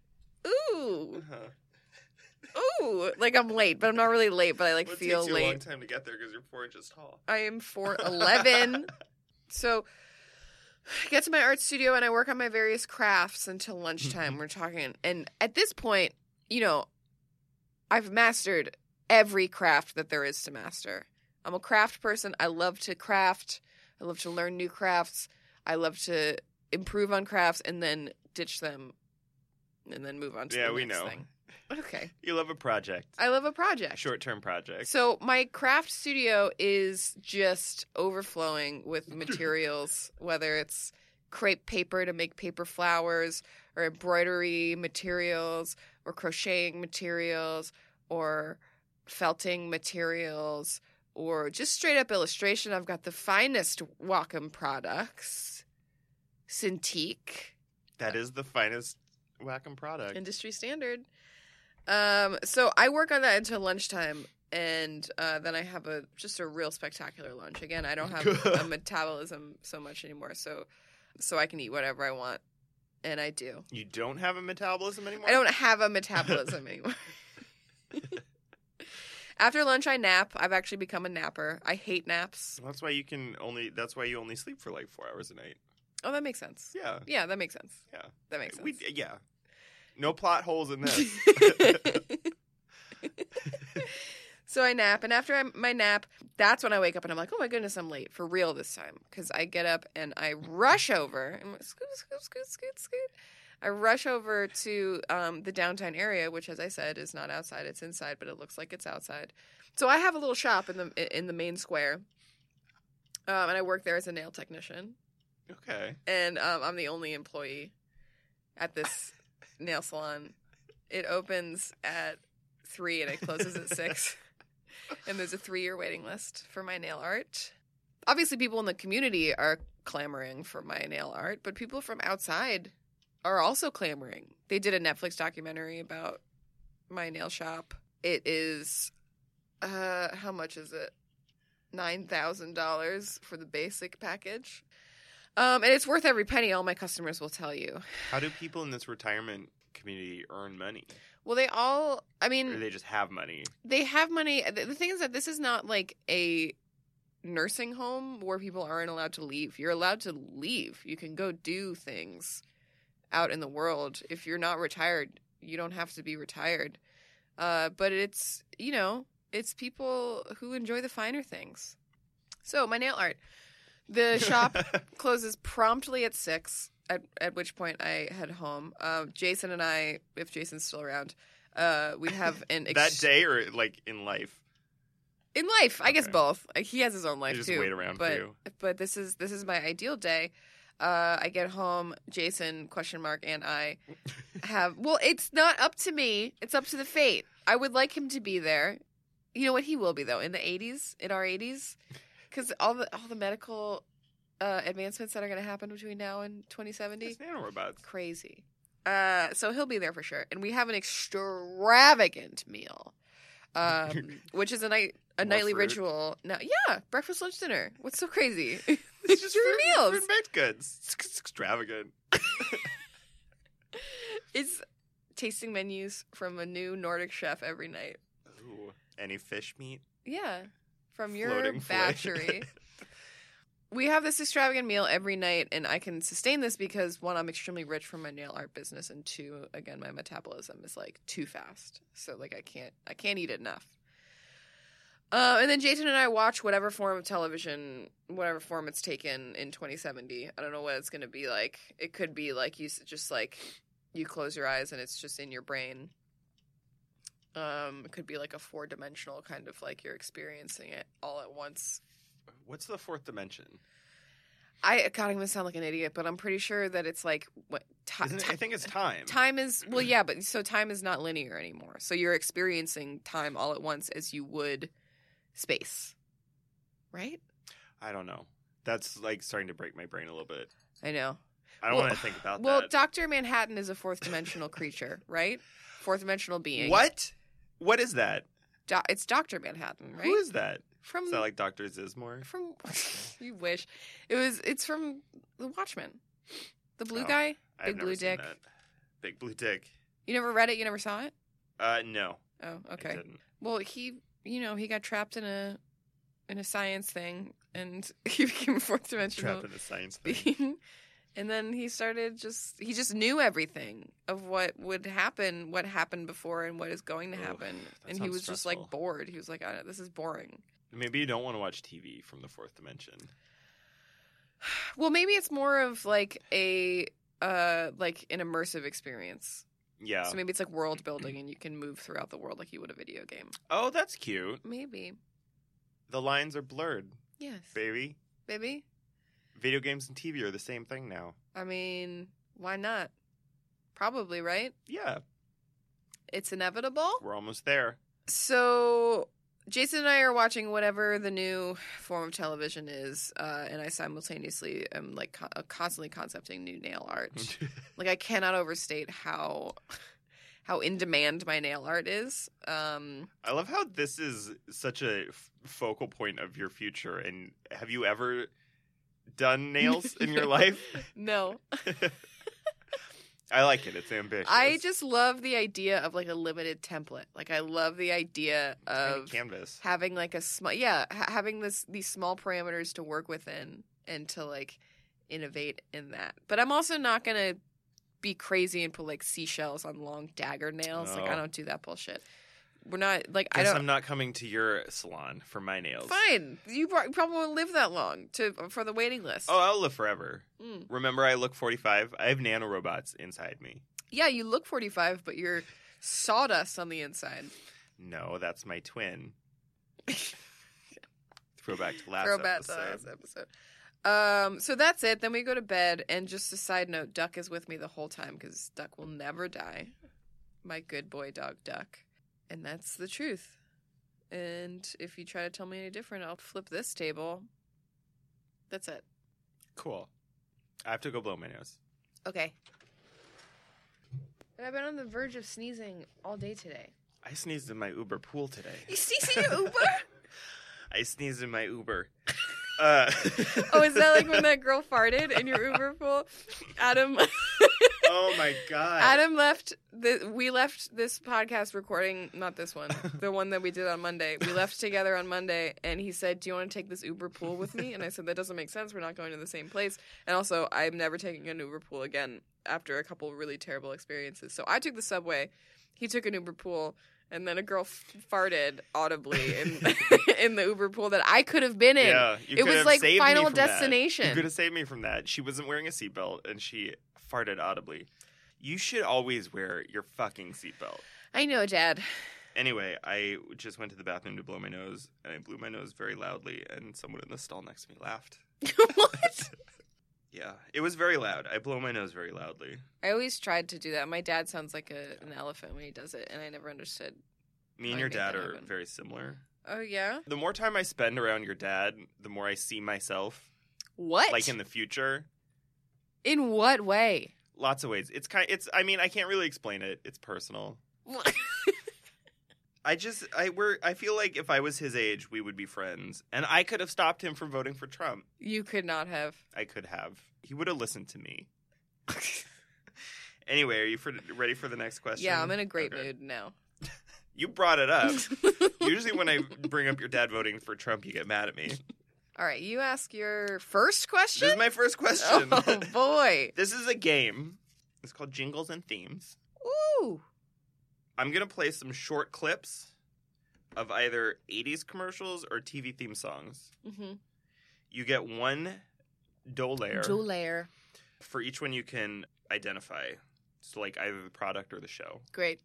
Ooh, Uh-huh. Ooh, like I'm late, but I'm not really late, but I like Well, it feel takes you a long late. time to get there because you're four inches tall. I am for eleven. so I get to my art studio and I work on my various crafts until lunchtime. Mm-hmm. We're talking and at this point, you know, I've mastered every craft that there is to master. I'm a craft person. I love to craft. I love to learn new crafts. I love to improve on crafts and then ditch them and then move on to Yeah, the we next know. thing. Okay. You love a project. I love a project. Short-term project. So my craft studio is just overflowing with materials, whether it's crepe paper to make paper flowers, or embroidery materials, or crocheting materials, or felting materials, or just straight up illustration. I've got the finest Wacom products, Cintiq That is the finest Wacom product. industry standard. Um, so I work on that until lunchtime, and uh, then I have a just a real spectacular lunch. Again, I don't have a metabolism so much anymore, so so I can eat whatever I want, and I do. you don't have a metabolism anymore. I don't have a metabolism anymore. After lunch, I nap. I've actually become a napper. I hate naps. So that's why you can only. That's why you only sleep for like four hours a night. Oh, that makes sense. Yeah. Yeah, that makes sense. Yeah. that makes sense. We. Yeah. No plot holes in this. so I nap, and after I'm, my nap, that's when I wake up and I'm like, oh my goodness, I'm late for real this time. Because I get up and I rush over, and I'm scoot, scoot, scoot, scoot, scoot. I rush over to um, the downtown area, which, as I said, is not outside; it's inside, but it looks like it's outside. So I have a little shop in the in the main square. um, and I work there as a nail technician. Okay. and um, I'm the only employee at this nail salon. It opens at three and it closes at six, and there's a three-year waiting list for my nail art. Obviously, people in the community are clamoring for my nail art, but people from outside are also clamoring. They did a Netflix documentary about my nail shop. It is, uh, how much is it? Nine thousand dollars for the basic package. Um, and it's worth every penny. All my customers will tell you. How do people in this retirement community earn money? Well, they all. I Or mean, they just have money? they have money. The the thing is that this is not like a nursing home where people aren't allowed to leave. You're allowed to leave. You can go do things out in the world. If you're not retired, you don't have to be retired. Uh, but it's you know, it's people who enjoy the finer things. So my nail art, the shop closes promptly at six. At, at which point I head home. Um, Jason and I, if Jason's still around, uh, we have an that ex- day or like in life? in life. I guess Okay. both. Like, he has his own life just too. wait around for but, you. But this is this is my ideal day. Uh, I get home. Jason question mark and I have well, it's not up to me. It's up to the fate. I would like him to be there. You know what? He will be though in the eighties, in our eighties, because all the all the medical uh, advancements that are going to happen between now and twenty seventy. It's nanorobots. Crazy. Uh, so he'll be there for sure, and we have an extravagant meal, um, which is a night a More nightly fruit. ritual. Now, yeah, breakfast, lunch, dinner. What's so crazy? It's just Three fruit- meals. Fruit baked goods. It's, it's extravagant. it's tasting menus from a new Nordic chef every night. Ooh. Any fish meat? Yeah, from your Floating filet. batchery. we have this extravagant meal every night, and I can sustain this because one, I'm extremely rich from my nail art business, and two, again, my metabolism is like too fast, so like I can't I can't eat enough. Uh, and then Jason and I watch whatever form of television, whatever form it's taken in 2070. I don't know what it's going to be like. It could be like you s- just like you close your eyes and it's just in your brain. Um, it could be like a four dimensional kind of like you're experiencing it all at once. What's the fourth dimension? I God, I'm gonna sound like an idiot, but I'm pretty sure that it's like what ti- Isn't it, ti- I think it's time. time is. Well, yeah, but so time is not linear anymore. So you're experiencing time all at once as you would space, right? I don't know. That's like starting to break my brain a little bit. I know. I don't Well- want to think about Well, that. Doctor Manhattan is a fourth dimensional creature, right? Fourth dimensional being. what? What is that? Do- it's Doctor Manhattan, right? Who is that? from Is that like Doctor Zismore? from you wish it was. It's from The Watchmen, the blue Oh. guy. I've Big never Blue seen Dick. that. Big blue dick. You never read it. You never saw it. Uh, no, Oh, I okay. didn't. Well, he, you know, he got trapped in a in a science thing, and he became a fourth dimensional Trapped in a science thing. being. And then he started just he just knew everything of what would happen, what happened before, and what is going to Ugh, happen. that and he sounds was just like stressful. bored. He was like, I, "This is boring." Maybe you don't want to watch TV from the fourth dimension. Well, maybe it's more of like a uh like an immersive experience. Yeah. So maybe it's like world building, and you can move throughout the world like you would a video game. oh, that's cute. Maybe The lines are blurred, yes, baby. maybe. Video games and TV are the same thing now. I mean, why not? Probably, right? Yeah, It's inevitable. we're almost there. So, Jason and I are watching whatever the new form of television is, uh, and I simultaneously am like co- uh, constantly concepting new nail art. like I cannot overstate how how in demand my nail art is. Um, I love how this is such a f- focal point of your future. And have you ever done nails in your life? no, I like it. It's ambitious. I just love the idea of like a limited template. Like I love the idea Tiny of canvas. having like a small yeah ha- having this these small parameters to work within and to like innovate in that but i'm also not gonna be crazy and put like seashells on long dagger nails like i No. don't do that bullshit we're not like i Guess don't I'm not coming to your salon for my nails. fine you pro- probably won't live that long to for the waiting list Oh, I'll live forever. Mm. Remember, I look 45. I have nanorobots inside me. yeah you look 45 but you're sawdust on the inside No, that's my twin. Throwback to last Throwback to episode. last episode. Um, so that's it. Then we go to bed, and just a side note, Duck is with me the whole time because Duck will never die. My good boy dog, Duck, and that's the truth. And if you try to tell me any different, I'll flip this table. That's it. Cool. I have to go blow my nose. Okay. But I've been on the verge of sneezing all day today. I sneezed in my Uber pool today. You sneezing at Uber? I sneezed in my Uber. Uh, Oh, is that like when that girl farted in your Uber pool? Adam oh my god. Adam left the we left this podcast recording, not this one, the one that we did on Monday. We left together on Monday and he said, "Do you want to take this Uber pool with me?" And I said, "That doesn't make sense. We're not going to the same place." And also, I'm never taking an Uber pool again after a couple really terrible experiences. So I took the subway. He took an Uber pool. And then a girl f- farted audibly in in the Uber pool that I could have been in. Yeah, you it could was have like saved me Final from that. You Destination. could have saved me from that. She wasn't wearing a seatbelt and she farted audibly. You should always wear your fucking seatbelt. I know, Dad. Anyway, I just went to the bathroom to blow my nose, and I blew my nose very loudly, and someone in the stall next to me laughed. what? Yeah, it was very loud. I blow my nose very loudly. I always tried to do that. My dad sounds like a, an elephant when he does it, and I never understood. Me and I your made dad that are happen. very similar. Oh yeah. The more time I spend around your dad, the more I see myself, What? like in the future. In what way? Lots of ways. It's kind. It's. I mean, I can't really explain it. It's personal. I just I we're I feel like if I was his age, we would be friends, and I could have stopped him from voting for Trump. you could not have. I could have. He would have listened to me. anyway, are you for, ready for the next question? Yeah, I'm in a great Okay. Uh, mood now. You brought it up. Usually, when I bring up your dad voting for Trump, you get mad at me. All right, you ask your first question. This is my first question. Oh boy. this is a game. It's called Jingles and Themes. Ooh. I'm gonna play some short clips of either 80s commercials or TV theme songs. Mm-hmm. You get one dollar. Dual layer. for each one you can identify so like either the product or the show Great.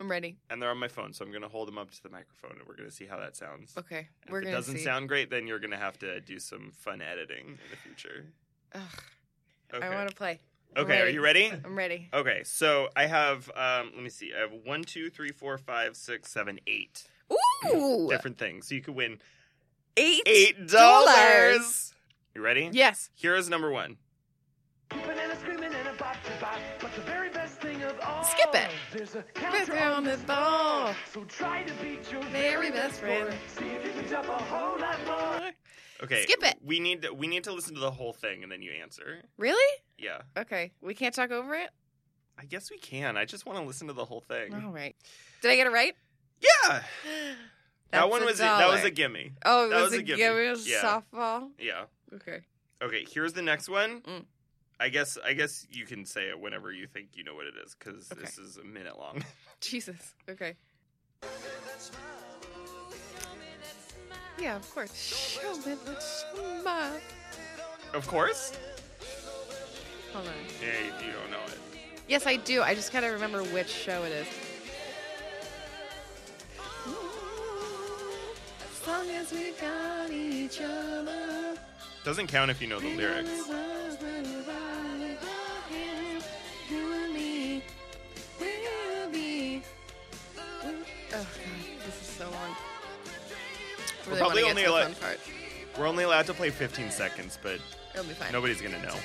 I'm ready. and they're on my phone so i'm going to hold them up to the microphone and we're going to see how that sounds Okay, And we're if it gonna doesn't see. sound great then you're going to have to do some fun editing in the future Ugh, okay I want to play. I'm okay are you ready I'm ready. okay so i have um let me see i have one two three four five six seven eight Ooh. different things so you could win Eight. eight Dollars. dollars you ready Yes. here is number one Banana screaming in a bop to bop, but the very best thing of all. Skip it. There's a Big counter girl on on the this ball. So try to beat your Very best score. friend. See if you can jump a whole lot more. okay Skip it. we need to, we need to listen to the whole thing and then you answer Really? yeah Okay. We can't talk over it? I guess we can. I just want to listen to the whole thing. All right. Did I get it right? Yeah, that That's one a was a, that was dollar. a gimme. Oh, it that was, was a a gimme. gimme. It was a Yeah. softball. Yeah. Okay. Okay. Here's the next one. Mm. I guess I guess you can say it whenever you think you know what it is because Okay. this is a minute long. Jesus. Okay. Yeah, of course. Show me that smile. of course. Hold on. Yeah, you- you don't know it. Yes, I do. I just gotta remember which show it is. As long as we got each other. Doesn't count if you know the lyrics. Oh god, this is so long. We're probably wanna only get to the fun like- part. We're only allowed to play 15 seconds, but It'll be fine. nobody's gonna know.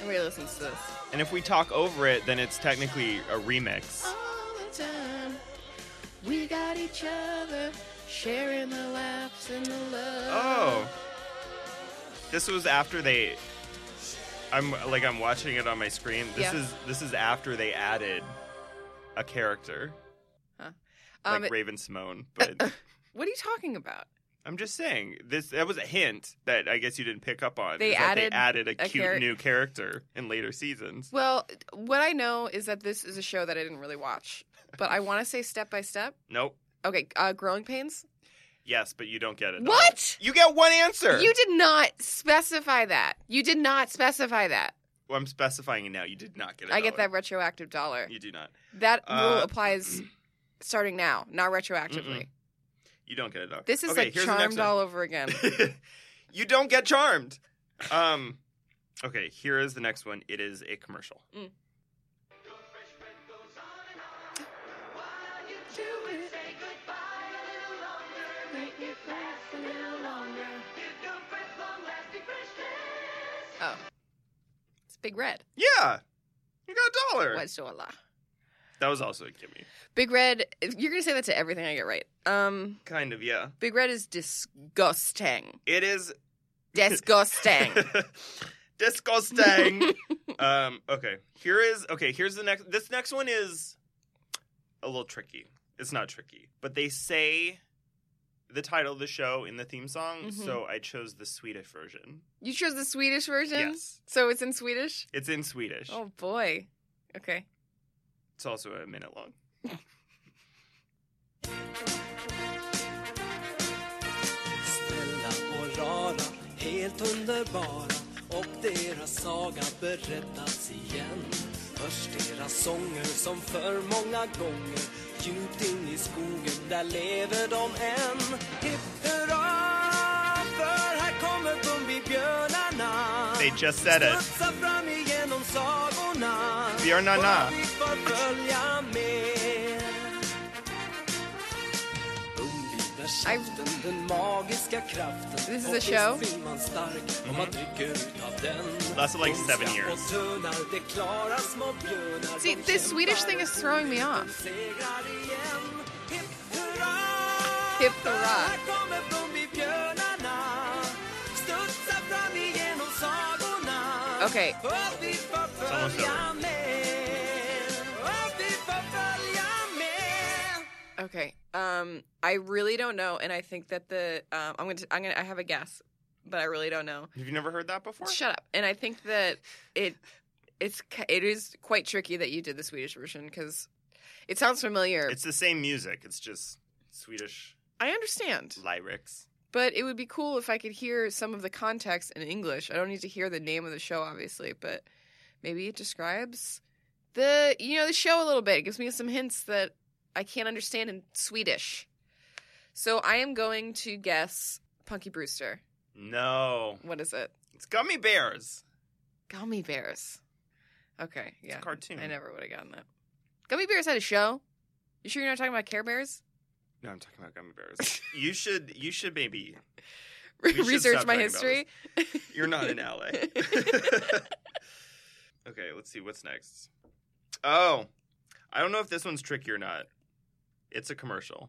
Nobody listens to this. And if we talk over it, then it's technically a remix. All the time, we got each other, sharing the laughs and the love. Oh. This was after they I'm like I'm watching it on my screen. This Yeah. is this is after they added a character. um, uh, like Raven Simone, but what are you talking about? I'm just saying this that was a hint that I guess you didn't pick up on. They is that added they added a, a cute char- new character in later seasons. Well, what I know is that this is a show that I didn't really watch, but I want to say step by step. Nope. Okay, uh, Growing Pains. Yes, but you don't get it. What? You get one answer. You did not specify that. You did not specify that. well, I'm specifying it now. You did not get it. I get that retroactive dollar. You do not. That Uh, rule applies starting now, not retroactively. You don't get a dog. This is okay, like here's the next charmed one. all over again. you don't get charmed. Um, okay, here is the next one. It is a commercial. Oh. It's Big Red. Yeah, you got a dollar. What's Allah? That was also a gimme. Big Red, you're going to say that to everything I get right. Um, Kind of, yeah. Big Red is disgusting. It is Disgusting. Disgusting. um, okay, here is okay. Here's the next. This next one is a little tricky. It's not tricky, but they say the title of the show in the theme song, Mhm. so I chose the Swedish version. you chose the Swedish version? Yes, So it's in Swedish? it's in Swedish. Oh boy. Okay. It's also a minute long. Snälla och rara, helt underbara och deras saga berättas igen. Hörs deras sånger som för många gånger djupt in i skogen, där lever de än. Hipp hurra, för här kommer Bumbibjörnarna. They just said it. Studsa fram igenom sagorna. Björnarna. Och vi får följa med. Bumbibärsaften, den magiska kraften. This is Och a show? visst blir man stark om man dricker utav den. Mm-hmm. That's like seven Ondska years. och tönar, det klarar små björnar. See, De this Swedish kämpar thing is throwing me off. segrar igen. Hipp hurra! Hipp hurra. Här kommer Bumbibjörnarna. Studsa fram igenom sagorna. Okay. Och vi får almost följa med. Och vi får följa med. Okay. Um, I really don't know, and I think that the um, I'm gonna I'm gonna I have a guess, but I really don't know. Have you never heard that before? Shut up. And I think that it it's ca- it is quite tricky that you did the Swedish version because it sounds familiar. It's the same music. It's just Swedish I understand, lyrics. but it would be cool if I could hear some of the context in English. I don't need to hear the name of the show, obviously, but maybe it describes the you know the show a little bit. It gives me some hints that I can't understand in Swedish. So I am going to guess Punky Brewster. No, What is it? it's gummy bears. Gummy Bears. Okay, yeah. It's a cartoon. I never would have gotten that. Gummy Bears had a show. You sure you're not talking about Care Bears? No, I'm talking about gummy bears. you should. You should maybe. We should Research stop my talking about history. You're not in LA. okay, let's see what's next. Oh, I don't know if this one's tricky or not. It's a commercial.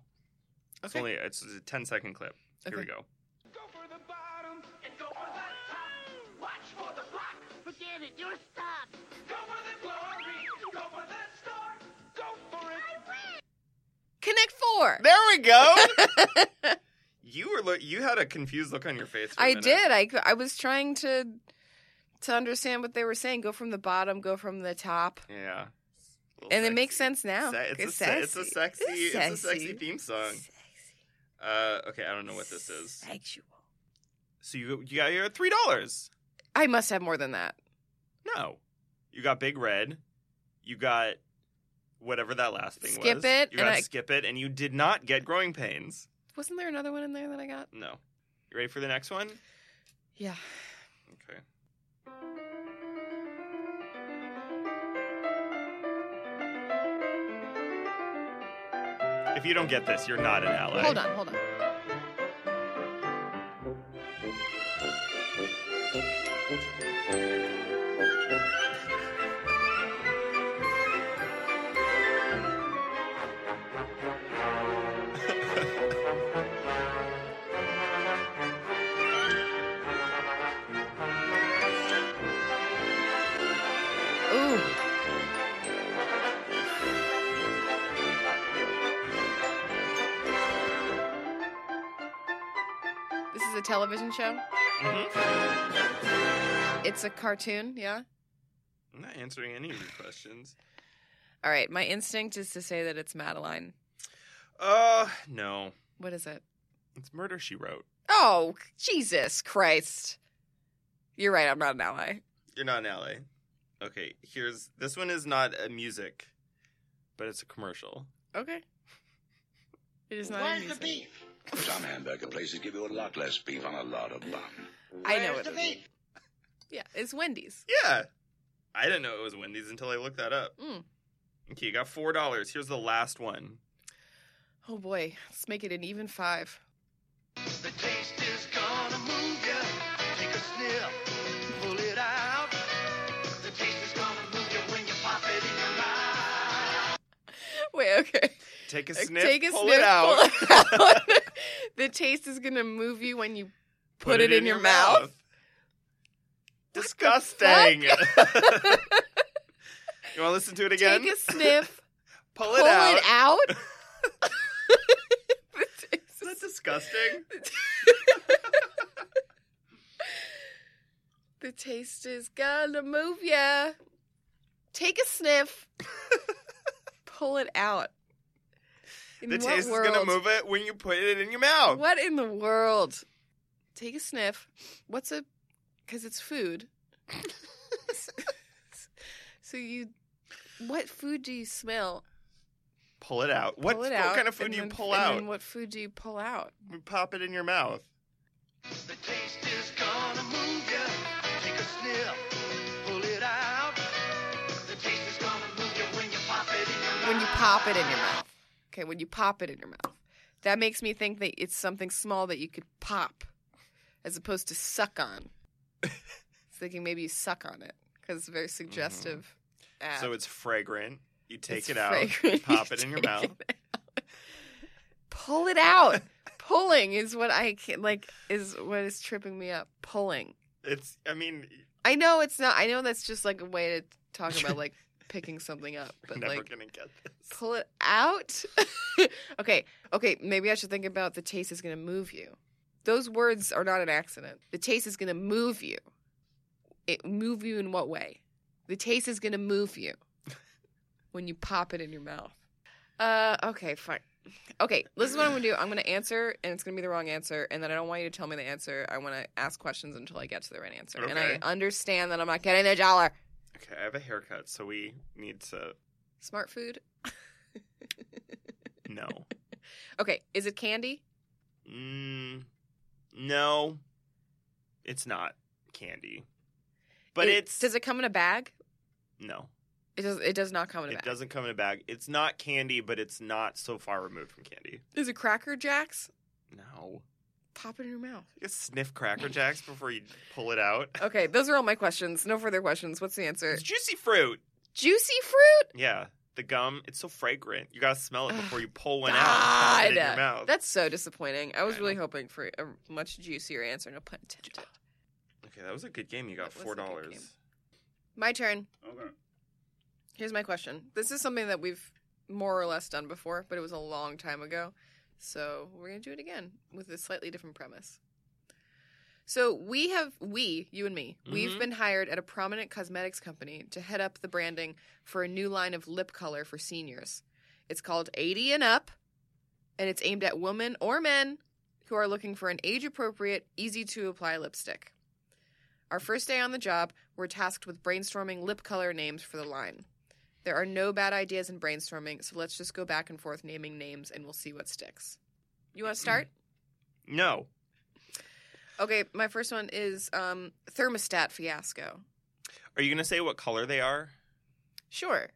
It's Okay. only it's a 10 second clip. Here we Okay. go. Go for the bottom and go for the top. Watch for the block. Forget it, you're stopped. Go for the glory. Go for the star. Go for it. Connect Four. There we go. you were look. You had a confused look on your face. For a I minute. did. I I was trying to to understand what they were saying. Go from the bottom. Go from the top. Yeah. Little And it makes sexy. sense now. Se- it's, a It's se- it's a sexy. sexy. It's It's, a sexy. sexy theme song. Uh, okay, I don't know what this is. Sexual. So you you got your three dollars. I must have more than that. No. You got Big Red. You got whatever that last thing Skip was. It, You and got I- Skip It, and you did not get Growing Pains. Wasn't there another one in there that I got? No. You ready for the next one? Yeah. Okay. If you don't get this, you're not an ally. Hold on. Hold on. Ooh. This is a television show. Mhm. Mm-hmm. It's a cartoon. Yeah. I'm not answering any of your questions. All right. My instinct is to say that it's Madeline. Uh, no. What is it? It's Murder, She Wrote. Oh, Jesus Christ. You're right. I'm not an ally. You're not an ally. Okay, here's this one is not a music, but it's a commercial. Okay. It is not. Where's in the music. beef? Some hamburger places give you a lot less beef on a lot of bun. I know what Where's the it is. beef? Yeah, it's Wendy's. Yeah. I didn't know it was Wendy's until I looked that up. Mm. Okay, you got four dollars. Here's the last one. Oh boy, let's make it an even five. The taste is gonna move ya. Take a sniff, pull it out. The taste is gonna move ya when you pop it in your mouth. Wait, okay. Take a Uh, sniff, Take a pull sniff, it out. pull it out. the taste is gonna move you when you put, it, in, your mouth. Disgusting. you want to listen to it again? Take a sniff, pull, pull it out. it out. The taste Isn't is- that disgusting? The taste is gonna move ya. Take a sniff. Pull it out. In the what taste world? is gonna move it when you put it in your mouth. What in the world? Take a sniff. What's a? Because it's food. so you, what food do you smell? Pull it out. What, pull it what out. kind of food and do you then- pull and out? then what food do you pull out? We pop it in your mouth. The taste is gonna move ya. Take a sniff, pull it out. The taste is gonna move ya when you pop it in your mouth. When you pop it in your mouth. Okay, when you pop it in your mouth. That makes me think that it's something small that you could pop as opposed to suck on. I was thinking maybe you suck on it because it's a very suggestive. ad. Mm-hmm. So it's fragrant. You take It's it out, fragrant. pop You it in your take mouth. it out. Pull it out. Pulling is what I can, like is what is tripping me up. Pulling. It's. I mean, I know it's not. I know that's just like a way to talk about like picking something up, you're but never like gonna get this. pull it out. okay, okay. Maybe I should think about the taste is going to move you. Those words are not an accident. The taste is going to move you. It move you in what way? The taste is going to move you when you pop it in your mouth. Uh, okay, fine. Okay, this is what I'm gonna do. I'm gonna answer, and it's gonna be the wrong answer, and then I don't want you to tell me the answer. I want to ask questions until I get to the right answer, and I Okay. understand that I'm not getting a dollar. Okay, I have a haircut, so we need to. Smart food. No. Okay, is it candy? Mm, no, it's not candy. But It- it's does it come in a bag? no. It does. It does not come in a It bag. doesn't come in a bag. It's not candy, but it's not so far removed from candy. Is it Cracker Jacks? No. Pop it in your mouth. You sniff Cracker Jacks before you pull it out. Okay, those are all my questions. No further questions. What's the answer? It's juicy fruit. Juicy fruit. Yeah, the gum. It's so fragrant. You gotta smell it Ugh, before you pull one out. and pop it in your God. mouth. That's so disappointing. I was I really hoping for a much juicier answer. No pun intended. Okay, that was a good game. You got That was a four good dollars. game. My turn. Okay. Here's my question. This is something that we've more or less done before, but it was a long time ago. So we're going to do it again with a slightly different premise. So we have, we, you and me, we've Mhm. been hired at a prominent cosmetics company to head up the branding for a new line of lip color for seniors. It's called 80 and Up, and it's aimed at women or men who are looking for an age appropriate, easy to apply lipstick. Our first day on the job, we're tasked with brainstorming lip color names for the line. There are no bad ideas in brainstorming, so let's just go back and forth naming names and we'll see what sticks. You want to start? No. Mm-hmm. Okay, my first one is um, thermostat fiasco. Are you gonna say what color they are? Sure.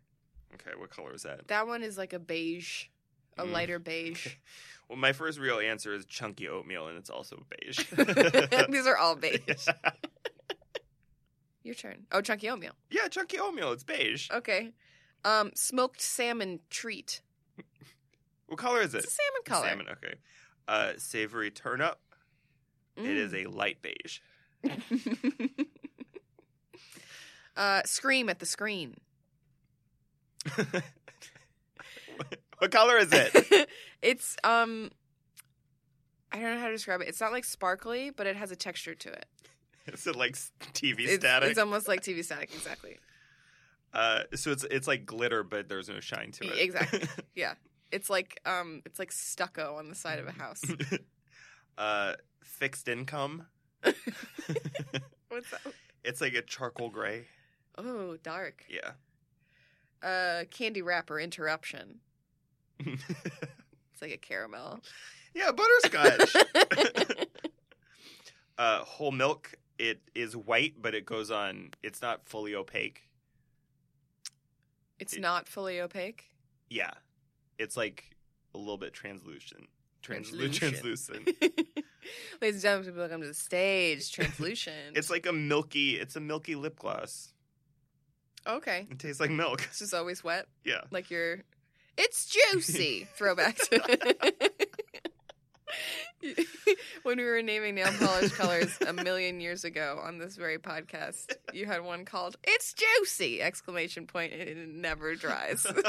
Okay, what color is that? That one is like a beige, a Mm. lighter beige. Well, my first real answer is chunky oatmeal, and it's also beige. These are all beige. Your turn. Oh, chunky oatmeal. yeah, chunky oatmeal. It's beige. Okay. Um, smoked salmon treat. What color is It's it? a salmon color. Salmon. Okay. Uh, savory turnip. It is a light beige. Mm. uh, scream at the screen. What color is it? it's um, I don't know how to describe it. It's not like sparkly, but it has a texture to it. is it like s- TV It's, static? it's almost like TV static. Exactly. uh, so it's it's like glitter, but there's no shine to it. Exactly. Yeah. It's like um, it's like stucco on the side of a house. uh, fixed income. What's that? It's like a charcoal gray. Oh, dark. Yeah. Uh, candy wrapper interruption. It's like a caramel. Yeah, butterscotch. uh, whole milk. It is white, but it goes on. It's not fully opaque. it's It- not fully opaque. Yeah, it's like a little bit translucent. Translucent. Translucent. translucent. Ladies and gentlemen, welcome to the stage. Translucent. It's like a milky. It's a milky lip gloss. okay. It tastes like milk. It's just always wet. Yeah. Like you're. It's juicy. Throwback. to- when we were naming nail polish colors a million years ago on this very podcast, you had one called "It's juicy!" exclamation point, and it never dries.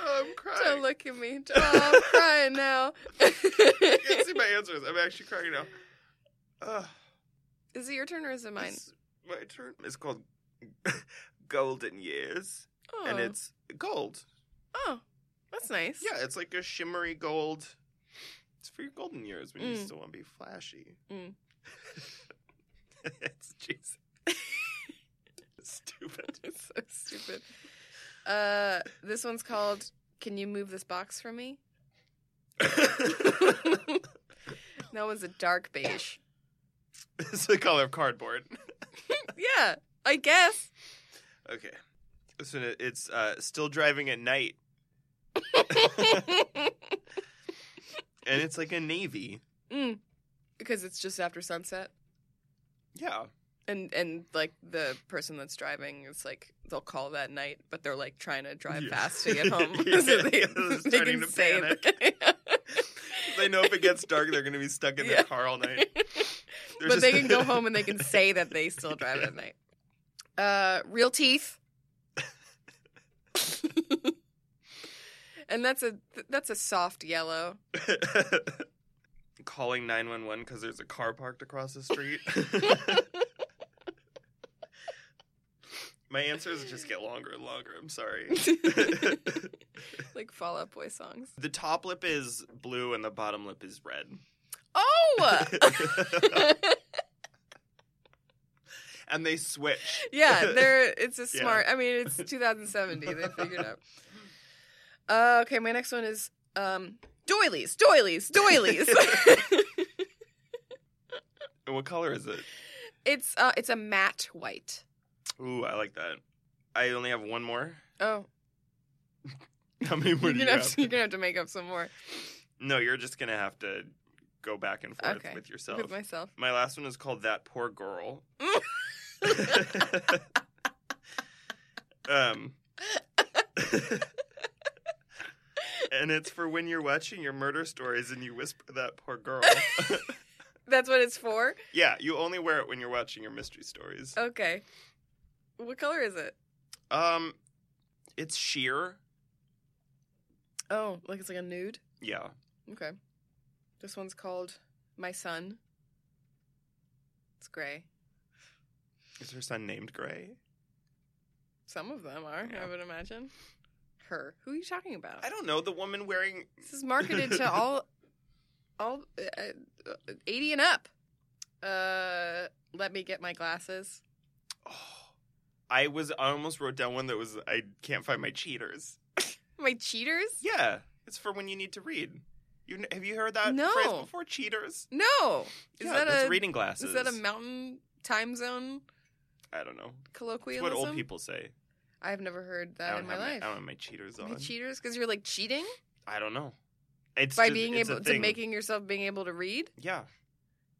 Oh, I'm Don't crying. look at me. Oh, I'm crying now. I can't see my answers. I'm actually crying now. Uh, Is it your turn or is it mine? it's my turn. It's called Golden Years, Oh. and it's gold. oh, that's nice. Yeah, it's like a shimmery gold. It's for your golden years when you Mm. still want to be flashy. Mm. it's Jesus. Stupid. It's so stupid. Uh, this one's called "Can you move this box for me?" that one's a dark beige. it's the color of cardboard. Yeah, I guess. Okay. So it- it's uh, still driving at night, and it's like a navy. mm. Because it's just after sunset, Yeah. and and like the person that's driving is like they'll call that night, but they're like trying to drive Yeah. fast to get home. Yeah, so they, yeah, they're they starting can to say that- They know if it gets dark, they're going to be stuck in their Yeah. car all night. They're but just- they can go home and they can say that they still drive at night. Uh, real teeth. and that's a that's a soft yellow. Calling 911 because there's a car parked across the street. My answers just get longer and longer. I'm sorry. like Fall Out Boy songs. the top lip is blue and the bottom lip is red. Oh, and they switch. yeah, they're it's a Yeah. smart. I mean, it's 2070. They figured out. Uh, okay, my next one is um, doilies, doilies, doilies. And What color is it? it's uh, it's a matte white. Ooh, I like that. I only have one more. Oh, How many more you're do you gonna have have? to, you're gonna have to make up some more No, you're just gonna have to go back and forth Okay. with yourself. with myself. My last one is called That Poor Girl. um, and it's for when you're watching your murder stories and you whisper that poor girl. That's what it's for. yeah, you only wear it when you're watching your mystery stories. Okay, what color is it? Um, it's sheer. Oh, like it's like a nude. Yeah. Okay, this one's called My Son. It's gray. Is her son named Gray? Some of them are, Yeah. I would imagine. Her. Who are you talking about? I don't know. The woman wearing This is marketed to all, all uh, uh, eighty and up. Uh, let me get my glasses. Oh, I was I almost wrote down one that was I can't find my cheaters. My cheaters? Yeah, it's for when you need to read. You kn- have you heard that No. phrase before? Cheaters. No. Is yeah, that that's a reading glasses. is that a mountain time zone I don't know. It's colloquialism? what old people say. I've never heard I that don't in my have life. I don't have my cheaters on. my cheaters, because you're like cheating I don't know. It's by just- being it's a able to thing. making yourself being able to read. Yeah,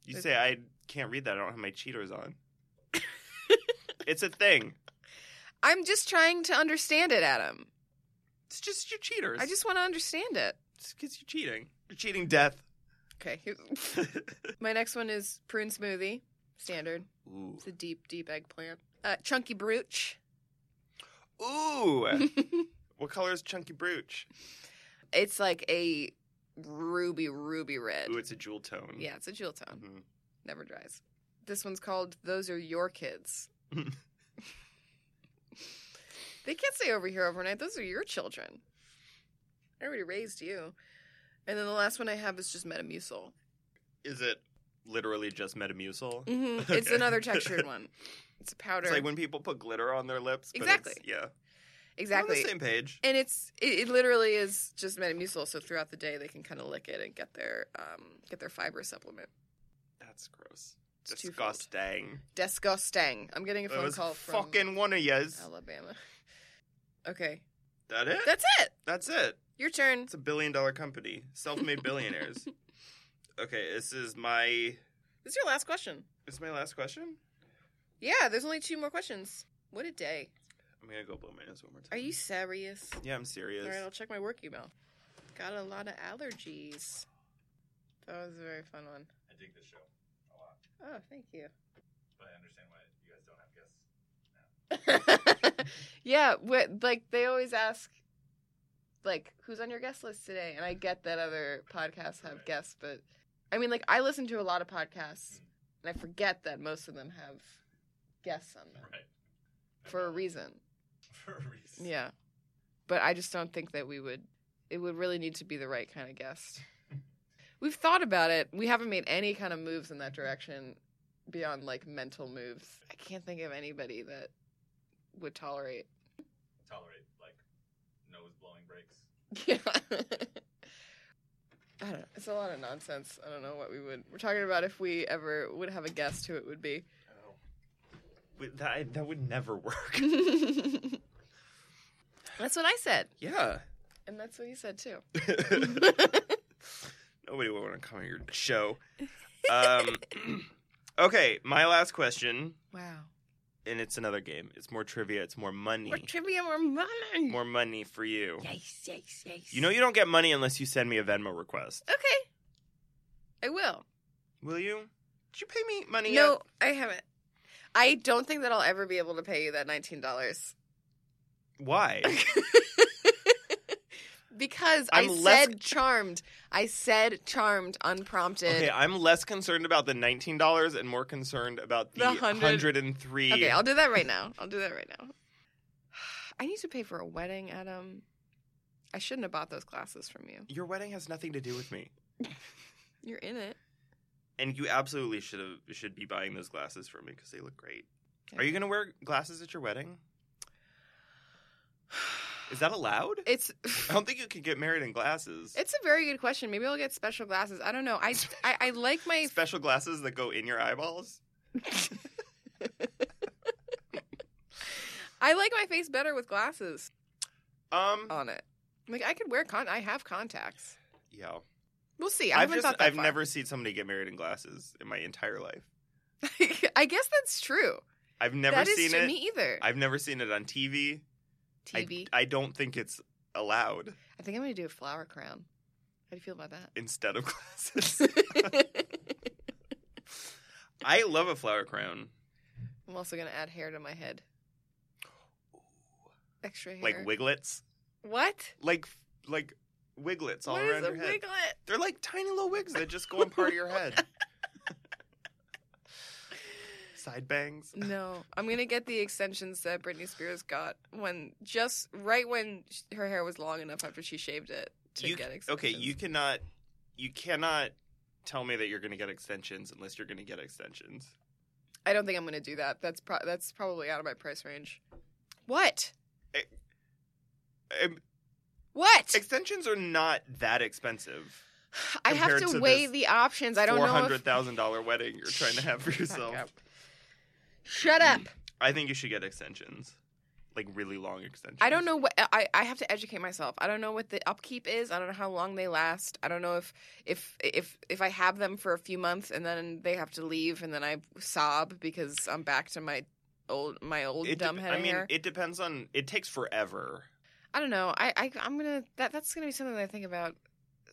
you It- say I can't read that. I don't have my cheaters on. it's a thing. I'm just trying to understand it, Adam. It's just your cheaters. I just want to understand it. because you're cheating. You're cheating death. Okay. here- My next one is prune smoothie, standard. Ooh. It's a deep, deep eggplant. Uh, chunky brooch. Ooh. what color is Chunky Brooch? it's like a ruby, ruby red. Ooh, it's a jewel tone. yeah, it's a jewel tone. Mhm. Never dries. This one's called "Those Are Your Kids." they can't stay over here overnight. Those are your children. I already raised you. And then the last one I have is just Metamucil. Is it literally just Metamucil? hmm It's Okay. another textured one. It's a powder. It's like when people put glitter on their lips. But Exactly. It's, yeah. We're exactly. On the same page. and it's it, it literally is just Metamucil. So throughout the day, they can kind of lick it and get their um get their fiber supplement. That's gross. It's twofold. Disgusting. Disgusting. I'm getting a That phone was call from fucking one of yous. Alabama. Okay, That it? that's it. That's it. Your turn. It's a billion dollar company. Self made billionaires. Okay, this is my. This is your last question. This is my last question. Yeah, there's only two more questions. What a day. I'm gonna go blow my nose one more time. Are you serious? Yeah, I'm serious. All right, I'll check my work email. Got a lot of allergies. That was a very fun one. I dig this show a lot, Oh, thank you. but I understand why you guys don't have guests. yeah, wh- like they always ask, like, who's on your guest list today? And I get that other podcasts have guests, but I mean, like, I listen to a lot of podcasts, and I forget that most of them have guests on them Right. for a reason. For a reason. Yeah. But I just don't think that we would it would really need to be the right kind of guest. We've thought about it. We haven't made any kind of moves in that direction beyond like mental moves. I can't think of anybody that would tolerate. Tolerate like nose blowing breaks. Yeah. I don't know. It's a lot of nonsense. I don't know what we would. We're talking about if we ever would have a guest who it would be. Wait, that, that would never work. that's what I said. yeah. And that's what you said too. Nobody would want to come on your show. Um, okay, my last question, Wow. and it's another game. It's more trivia. It's more money. More trivia, more money. more money for you. Yes, yes, yes. You know you don't get money unless you send me a Venmo request. Okay. I will. Will you? Did you pay me money? No, yet? I haven't. I don't think that I'll ever be able to pay you that nineteen dollars Why? because i I'm less- said charmed. I said charmed, unprompted. Okay, I'm less concerned about the nineteen dollars and more concerned about the, The hundred- hundred and three. Okay, I'll do that right now. I'll do that right now. I need to pay for a wedding, Adam. I shouldn't have bought those glasses from you. Your wedding has nothing to do with me, You're in it. and you absolutely should have should be buying those glasses for me because they look great. Are you gonna wear glasses at your wedding? Is that allowed? It's I don't think you can get married in glasses. it's a very good question. Maybe I'll get special glasses. I don't know. I I, I like my Special glasses that go in your eyeballs. I like my face better with glasses Um, on it. Like I could wear con. I have contacts. yeah. We'll see. I I've haven't just thought that I've far. never seen somebody get married in glasses in my entire life. I guess that's true. I've never that is seen to it. me either. I've never seen it on TV. I- TV. I, I, don't think it's allowed think I'm gonna do a flower crown. How do you feel about that? instead of glasses. I love a flower crown, I'm also gonna add hair to my head. Extra hair. like wiglets, what? like like wiglets all what around is a your head. wiglet? They're like tiny little wigs that just go on part of your head. Side bangs. No, I'm gonna get the extensions that Britney Spears got when just right when sh- her hair was long enough after she shaved it to You- get extensions. okay, you cannot, you cannot tell me that you're going to get extensions unless you're going to get extensions. I don't think I'm gonna do that. That's pro- that's probably out of my price range. What? Um, What? extensions are not that expensive. I have compared to to weigh this the options. I don't Four know. hundred If- thousand dollar wedding you're trying to have for yourself. up. Shut up. I think you should get extensions, like really long extensions. I don't know what I, I have to educate myself. I don't know what the upkeep is. I don't know how long they last. I don't know if if if if I have them for a few months and then they have to leave and then I sob because I'm back to my old my old It dumb dep- head I mean, hair. it depends on. It takes forever. I don't know. I, I I'm gonna that that's gonna be something that I think about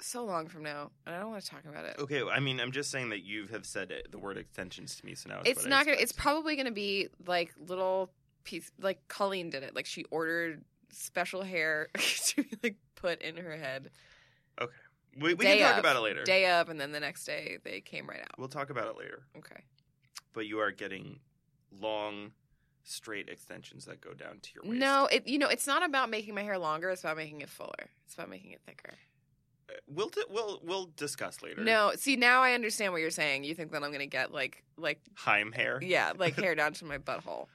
so long from now, and I don't want to talk about it. Okay, I mean, I'm just saying that you have said it, the word extensions to me, so now it's, it's what I not gonna. It's expect. probably gonna be like little piece. Like Colleen did it. Like she ordered special hair to be like put in her head. we, we day can talk of. about it later. day of and then the next day they came right out We'll talk about it later. okay But you are getting long, straight extensions that go down to your waist. no it you know it's not about making my hair longer it's about making it fuller it's about making it thicker Uh, We'll di- we'll we'll discuss later. No, see now I understand what you're saying. You think that I'm gonna get like like Heim hair. yeah, like hair down to my butthole.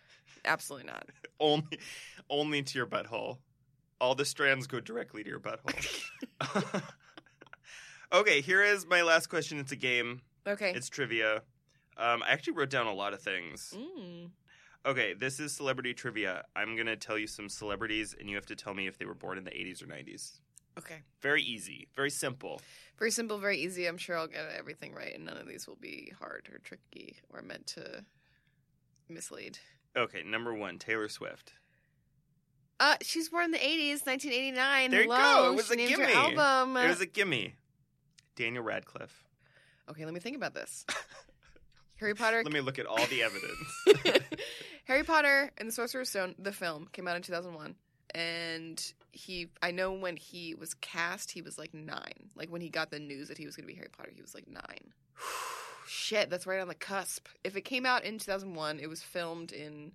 Absolutely not. Only only to your butthole. All the strands go directly to your butthole. okay, here is my last question. It's a game. Okay. It's trivia. Um, I actually wrote down a lot of things. Mm. Okay, this is celebrity trivia. I'm gonna tell you some celebrities, and you have to tell me if they were born in the 80s or 90s. Okay. Very easy, very simple. Very simple, very easy. I'm sure I'll get everything right, and none of these will be hard or tricky or meant to mislead. Okay, number one, Taylor Swift. Uh, she's born in the 80s, 1989. There you go. Hello. It was she a named gimme. her album. It was a gimme. Daniel Radcliffe. Okay, let me think about this. Harry Potter. Let me look at all the evidence. Harry Potter and the Sorcerer's Stone, the film, came out in 2001. And he, I know when he was cast, he was like nine. Like when he got the news that he was going to be Harry Potter, he was like nine. Shit, that's right on the cusp. If it came out in 2001, it was filmed in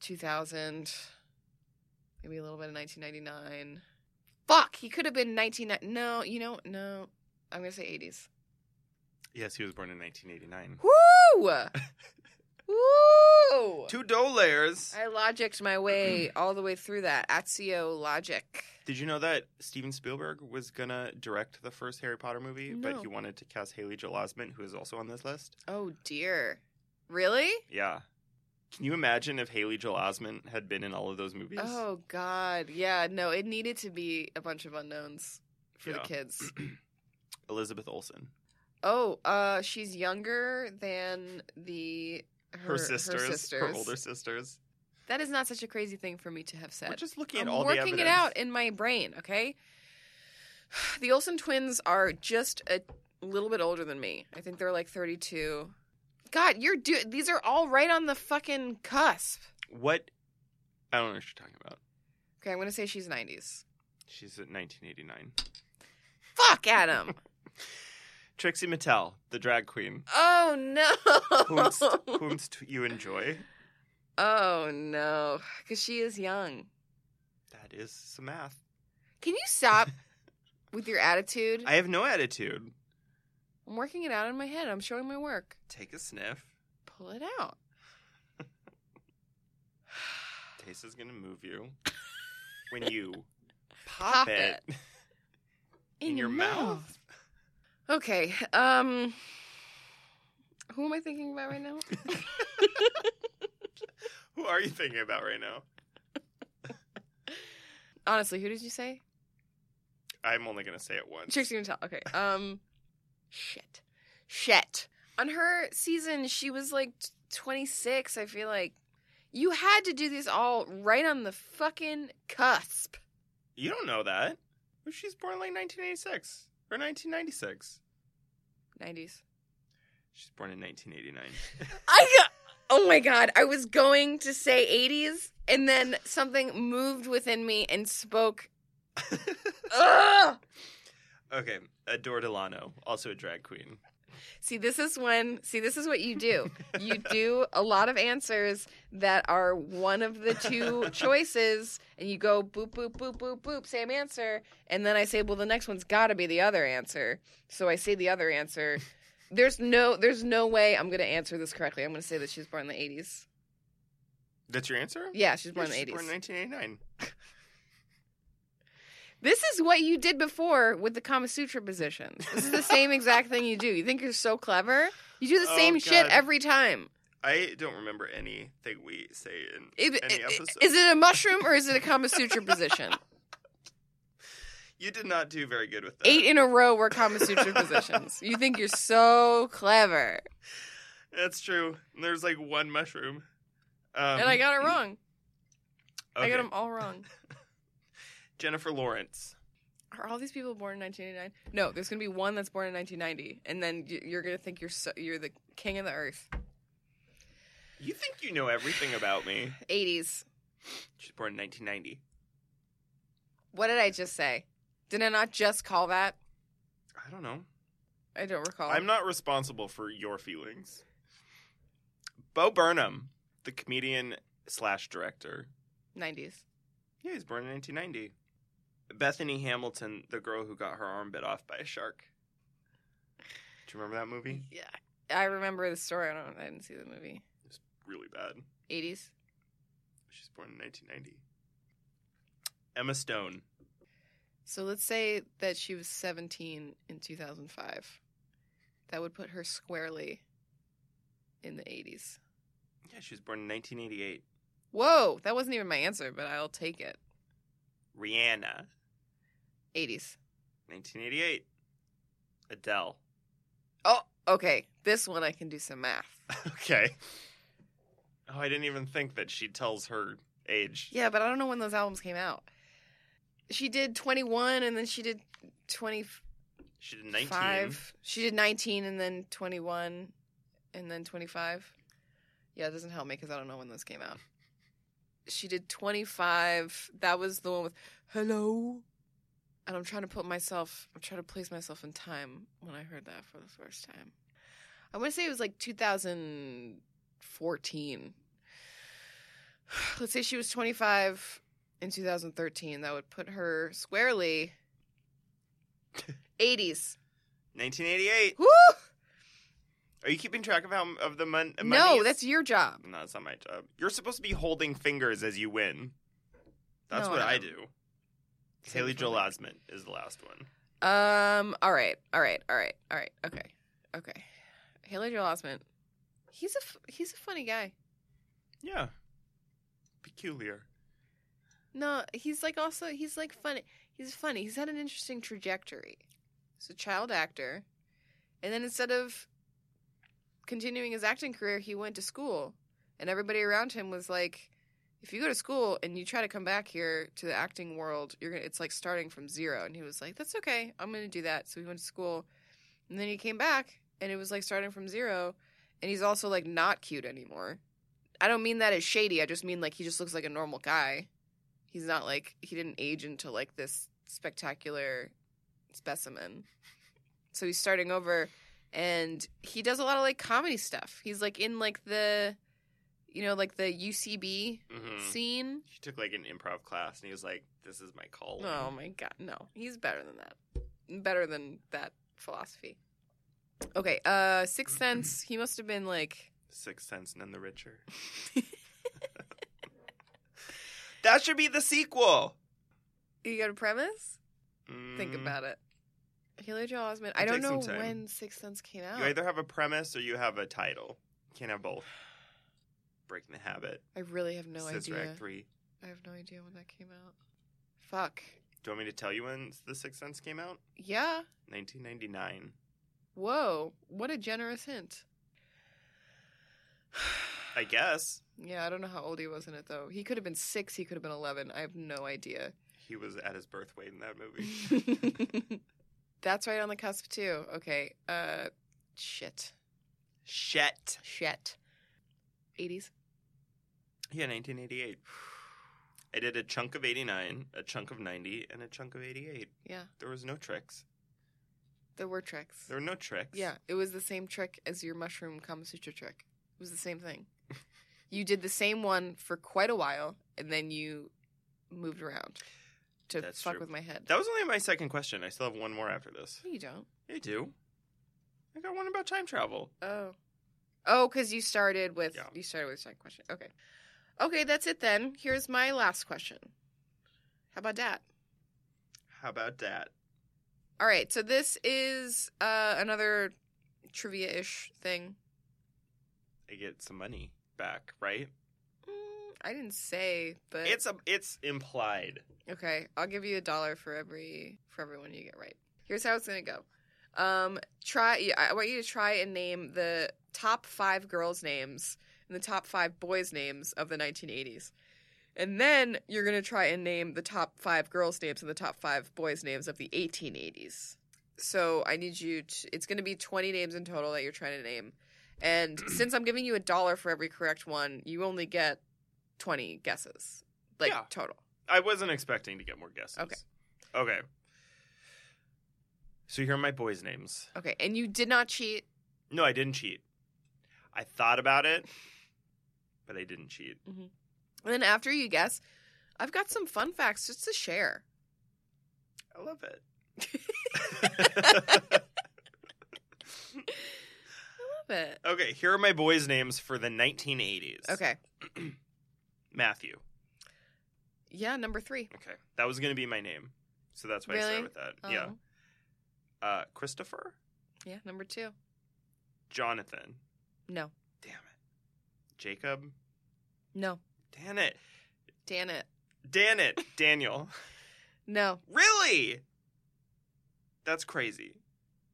2000, maybe a little bit in 1999. Fuck, he could have been 19. No, you know, no. I'm going to say 80s. yes, he was born in 1989. Woo! Woo! Two dollars. I logicked my way all the way through that. Atio logic. Did you know that Steven Spielberg was gonna direct the first Harry Potter movie, but No. he wanted to cast Haley Joel Osment, who is also on this list? Oh dear. Really? Yeah. Can you imagine if Haley Joel Osment had been in all of those movies? Oh god. Yeah, no, it needed to be a bunch of unknowns for the Yeah. kids. Elizabeth Olsen. Oh, uh she's younger than the her, Her, sisters, her sisters. older sisters. That is not such a crazy thing for me to have said. We're just looking I'm at all the working evidence. it out in my brain, okay? The Olsen twins are just a little bit older than me. I think they're like 32. God, you're do these are all right on the fucking cusp. What? I don't know what you're talking about. Okay, I'm going to say she's 90s. She's at 1989. Fuck Adam. Trixie Mattel, the drag queen. oh no. Whomst, whomst you enjoy? oh no, cuz she is young. That is some math. Can you stop with your attitude? I have no attitude. I'm working it out in my head. I'm showing my work. Take a sniff. Pull it out. Taste is gonna move you when you pop, Pop it, it. in, your mouth. Okay. Um who am I thinking about right now? Who are you thinking about right now? Honestly, who did you say? I'm only gonna say it once. Trixie Mattel. Okay. Um shit. Shit. On her season, she was like t- 26, I feel like. You had to do this all right on the fucking cusp. You don't know that. Well, She's born like 1986 or 1996. 90s. She's born in 1989. I Oh my god, I was going to say 80s and then something moved within me and spoke Ugh! Okay, Adore Delano, also a drag queen. See, this is when, see, this is what you do. You do a lot of answers that are one of the two choices, and you go boop, boop, boop, boop, boop, same answer. And then I say, well, the next one's got to be the other answer. So I say the other answer. There's no, there's no way I'm going to answer this correctly. I'm going to say that she was born in the 80s. That's your answer? Yeah, she was born Yeah, in the 80s. she's born in 1989. This is what you did before with the Kama Sutra position. This is the same exact thing you do. You think you're so clever? You do the Oh, same shit God. every time. I don't remember anything we say in It- any it- it- episode. is it a mushroom or is it a Kama Sutra position? you did not do very good with that. Eight in a row were Kama Sutra positions. You think you're so clever. That's true. There's like one mushroom. Um, and I got it wrong. I got okay. them all wrong. Jennifer Lawrence. Are all these people born in 1989? No, there's going to be one that's born in 1990. And then y- you're going to think you're so, you're the king of the earth. You think you know everything about me. 80s. She's born in 1990. What did I just say? Did I not just call that? I don't know. I don't recall. I'm not responsible for your feelings. Bo Burnham, the comedian slash director. 90s. Yeah, he's born in 1990. Bethany Hamilton, the girl who got her arm bit off by a shark. Do you remember that movie? Yeah, I remember the story. I don't. I didn't see the movie. It's really bad. Eighties. She's born in 1990. Emma Stone. So let's say that she was seventeen in two thousand five. That would put her squarely in the eighties. Yeah, she was born in 1988. Whoa, that wasn't even my answer, but I'll take it. Rihanna. Eighties. 1988. Adele. Oh, okay. This one I can do some math. Okay. Oh, I didn't even think that she tells her age. Yeah, but I don't know when those albums came out. She did 21 and then she did 25. She did 19. She did 19 and then 21 and then 25. Yeah, it doesn't help me because I don't know when those came out. She did 25. That was the one with Hello. And I'm trying to put myself, I'm trying to place myself in time when I heard that for the first time. I want to say it was like 2014. Let's say she was 25 in 2013. That would put her squarely 80s. 1988. Woo! Are you keeping track of how of the mon- money? No, that's your job. No, it's not my job. You're supposed to be holding fingers as you win. That's No, what I I don't. do. Haley Joel Osment is the last one. Um. All right. All right. All right. All right. Okay. Okay. Haley Joel Osment. He's a f- he's a funny guy. Yeah. Peculiar. No, he's like also he's like funny. He's funny. He's had an interesting trajectory. He's a child actor, and then instead of continuing his acting career, he went to school, and everybody around him was like, "If you go to school and you try to come back here to the acting world, you're gonna it's like starting from zero. And he was like, "That's okay. I'm gonna do that." So he went to school, and then he came back, and it was like starting from zero. And he's also like not cute anymore. I don't mean that as shady. I just mean like he just looks like a normal guy he's not like he didn't age into like this spectacular specimen so he's starting over and he does a lot of like comedy stuff he's like in like the you know like the ucb Mm-hmm. scene He took like an improv class and he was like, "This is my call." oh my god no he's better than that better than that philosophy okay uh sixth Mm-hmm. sense he must have been like Sixth Sense, none the richer. that should be the sequel. you got a premise think Mm. about it Haley Joel Osment. I don't It'll know take some time. when Sixth Sense came out. You either have a premise or you have a title. Can't have both. Breaking the habit. I really have no Sister idea. Act three. I have no idea when that came out. Fuck. Do you want me to tell you when The Sixth Sense came out? Yeah. 1999. Whoa. What a generous hint. I guess Yeah, I don't know how old he was in it though. He could have been six. He could have been eleven. I have no idea. he was at his birth weight in that movie. That's right on the cusp too. Okay. Uh, shit. Shit. Shit. Eighties. Yeah, 1988. I did a chunk of 89, a chunk of 90, and a chunk of 88. Yeah. There was no tricks. There were tricks. There were no tricks. Yeah, it was the same trick as your mushroom Kama Sutra trick. It was the same thing. you did the same one for quite a while, and then you moved around to That's fuck true. with my head. That was only my second question. I still have one more after this. No, you don't. I do. I got one about time travel. Oh, oh, because you started with Yeah. you started with the second question. Okay, okay, that's it then. Here's my last question. How about that? How about that? All right, so this is uh, another trivia ish thing. I get some money back, right? Mm, I didn't say, but It's a it's implied. Okay, I'll give you a dollar for every for everyone you get right. Here's how it's gonna go. Um, try. I want you to try and name the top five girls' names and the top five boys' names of the 1980s, and then you're gonna try and name the top five girls' names and the top five boys' names of the 1880s. So I need you. To, it's gonna be 20 names in total that you're trying to name, and since I'm giving you a dollar for every correct one, you only get 20 guesses, like Yeah. total. I wasn't expecting to get more guesses. Okay. Okay. So here are my boys' names. Okay, and you did not cheat. No, I didn't cheat. I thought about it, but I didn't cheat. And then after you guess, I've got some fun facts just to share. I love it. Love it. okay, here are my boys' names for the 1980s. Okay. Matthew. Yeah, number three. Okay. That was going to be my name. So that's why I Really? started with that. Yeah. Oh. Uh, Christopher. Yeah, number two. Jonathan. No. Damn it. Jacob. No. Damn it. Dan it. Dan it. Daniel. No. Really? That's crazy.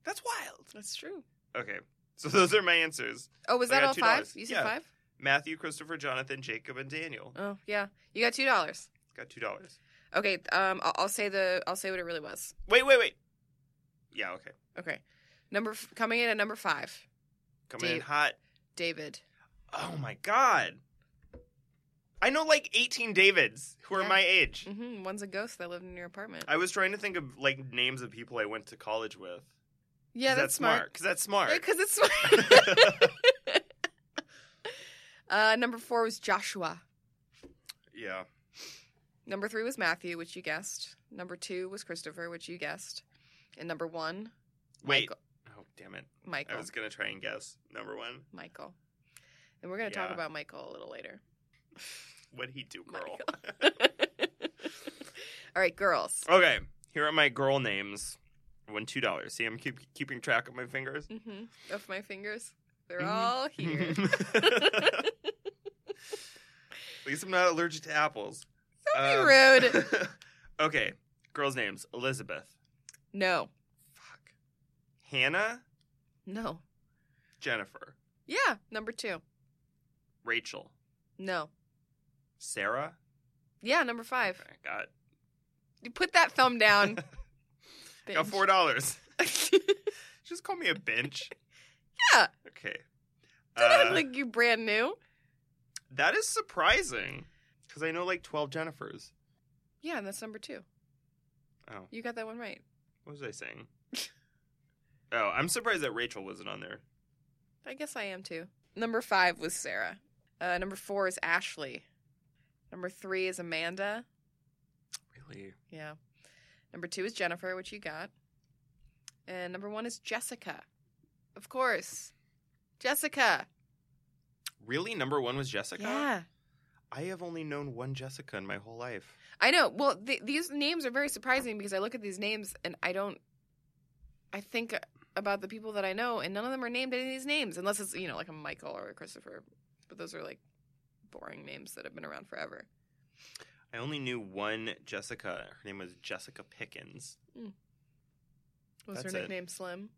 That's wild. That's true. Okay. So those are my answers. Oh, was I that got all two five? dollars. You said Yeah. five? Matthew, Christopher, Jonathan, Jacob, and Daniel. Oh, yeah. You got two dollars. Got two dollars. Okay, um I'll, I'll say the I'll say what it really was. Wait, wait, wait. Yeah, okay. Okay. Number f- coming in at number 5. Coming in Dave. hot. David. Oh my god. I know like 18 Davids who are Yeah. my age. Mhm. One's a ghost that lived in your apartment. I was trying to think of like names of people I went to college with. yeah, 'Cause that's smart. Cause that's smart. Yeah, 'cause it's smart. uh number 4 was Joshua. yeah. Number 3 was Matthew, which you guessed. Number 2 was Christopher, which you guessed. And number 1, Wait. Michael. Oh damn it! I Michael. was gonna try and guess number one. Michael. And we're going to talk Yeah. about Michael a little later. What he Oh do, girl? All right, girls. okay. Here are my girl names. I won two dollars. See, I'm keep, keeping track of my fingers. hmm Of my fingers. They're Mhm. all here. At least I'm not allergic to apples. Don't be Um, rude. okay. Girls' names Elizabeth, No. fuck, Hannah, No. Jennifer, Yeah. Number two. Rachel, No. Sarah. Yeah. Number five. Okay, got it. You put that thumb down. got bitch. four dollars. Just call me a bench. Yeah. Okay. Don't act Uh, like you brand new. that is surprising because I know like twelve Jennifers. Yeah, and that's number two. Oh. You got that one right. What was I saying? oh, I'm surprised that Rachel wasn't on there. I guess I am too. Number five was Sarah. Uh, number four is Ashley. Number three is Amanda. Really? Yeah. Number two is Jennifer, which you got. And number one is Jessica. Of course. Jessica. Really? Number one was Jessica. Yeah. I have only known one Jessica in my whole life. I know. Well, th- these names are very surprising because I look at these names and I don't. I think about the people that I know, and none of them are named any of these names, unless it's you know like a Michael or a Christopher. But those are like boring names that have been around forever. I only knew one Jessica. Her name was Jessica Pickens. What was That's her it. nickname? Slim.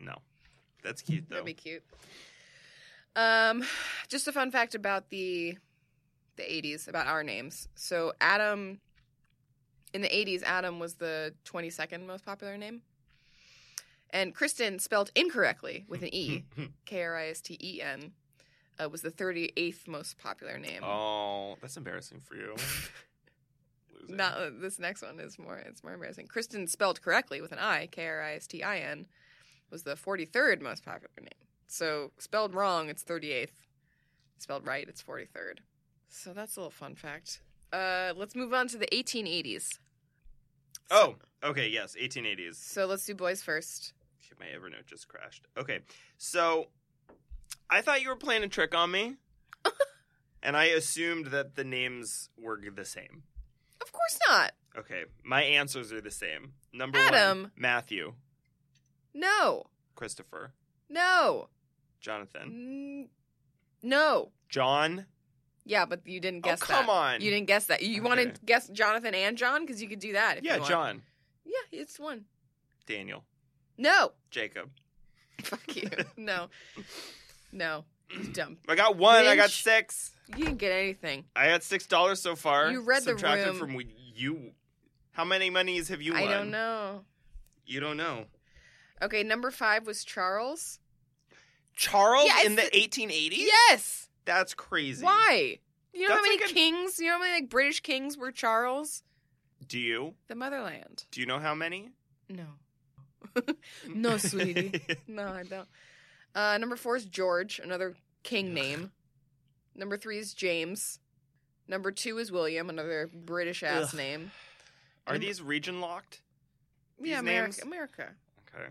No, that's cute though. That'd be cute. Um, just a fun fact about the the '80s about our names. So Adam in the '80s, Adam was the 22nd most popular name, and Kristen spelled incorrectly with an E, K R I S T E N, uh, was the 38th most popular name. oh, that's embarrassing for you. Loser. Not uh, this next one is more it's more embarrassing. Kristen spelled correctly with an I, K R I S T I N, was the forty third most popular name. So spelled wrong, it's thirty eighth. Spelled right, it's forty third. So that's a little fun fact. Uh, let's move on to the eighteen eighties. Oh, okay. Yes, 1880s. So let's do boys first. Shit, my Evernote just crashed. Okay, so I thought you were playing a trick on me, and I assumed that the names were the same. Of course not. Okay, my answers are the same. Number one, Adam. Matthew, No. Christopher, No. Mm. Jonathan, N- No. John. Yeah, but you didn't guess oh, come that. on. You didn't guess that. You Okay. want to guess Jonathan and John because you could do that. If you yeah, want. John, Yeah, it's one. Daniel, No. Jacob. Fuck you. No. No. You dumb. I got one. I got Lynch. six. You didn't get anything. I got six dollars so far. You read the subtracted room. from what you. How many monies have you won? I don't know. You don't know. Okay, number five was Charles. Charles Yeah, in the it's 1880s. Yes. that's crazy. Why? You know how That's many like a- kings? You know how many like British kings were Charles? Do you? The motherland. Do you know how many? No. no, sweetie. No, I don't. Uh, number four is George, another king name. Number three is James. Number two is William, another British ass Ugh. name. Are Um, these region locked? yeah, these America, names? America, Okay.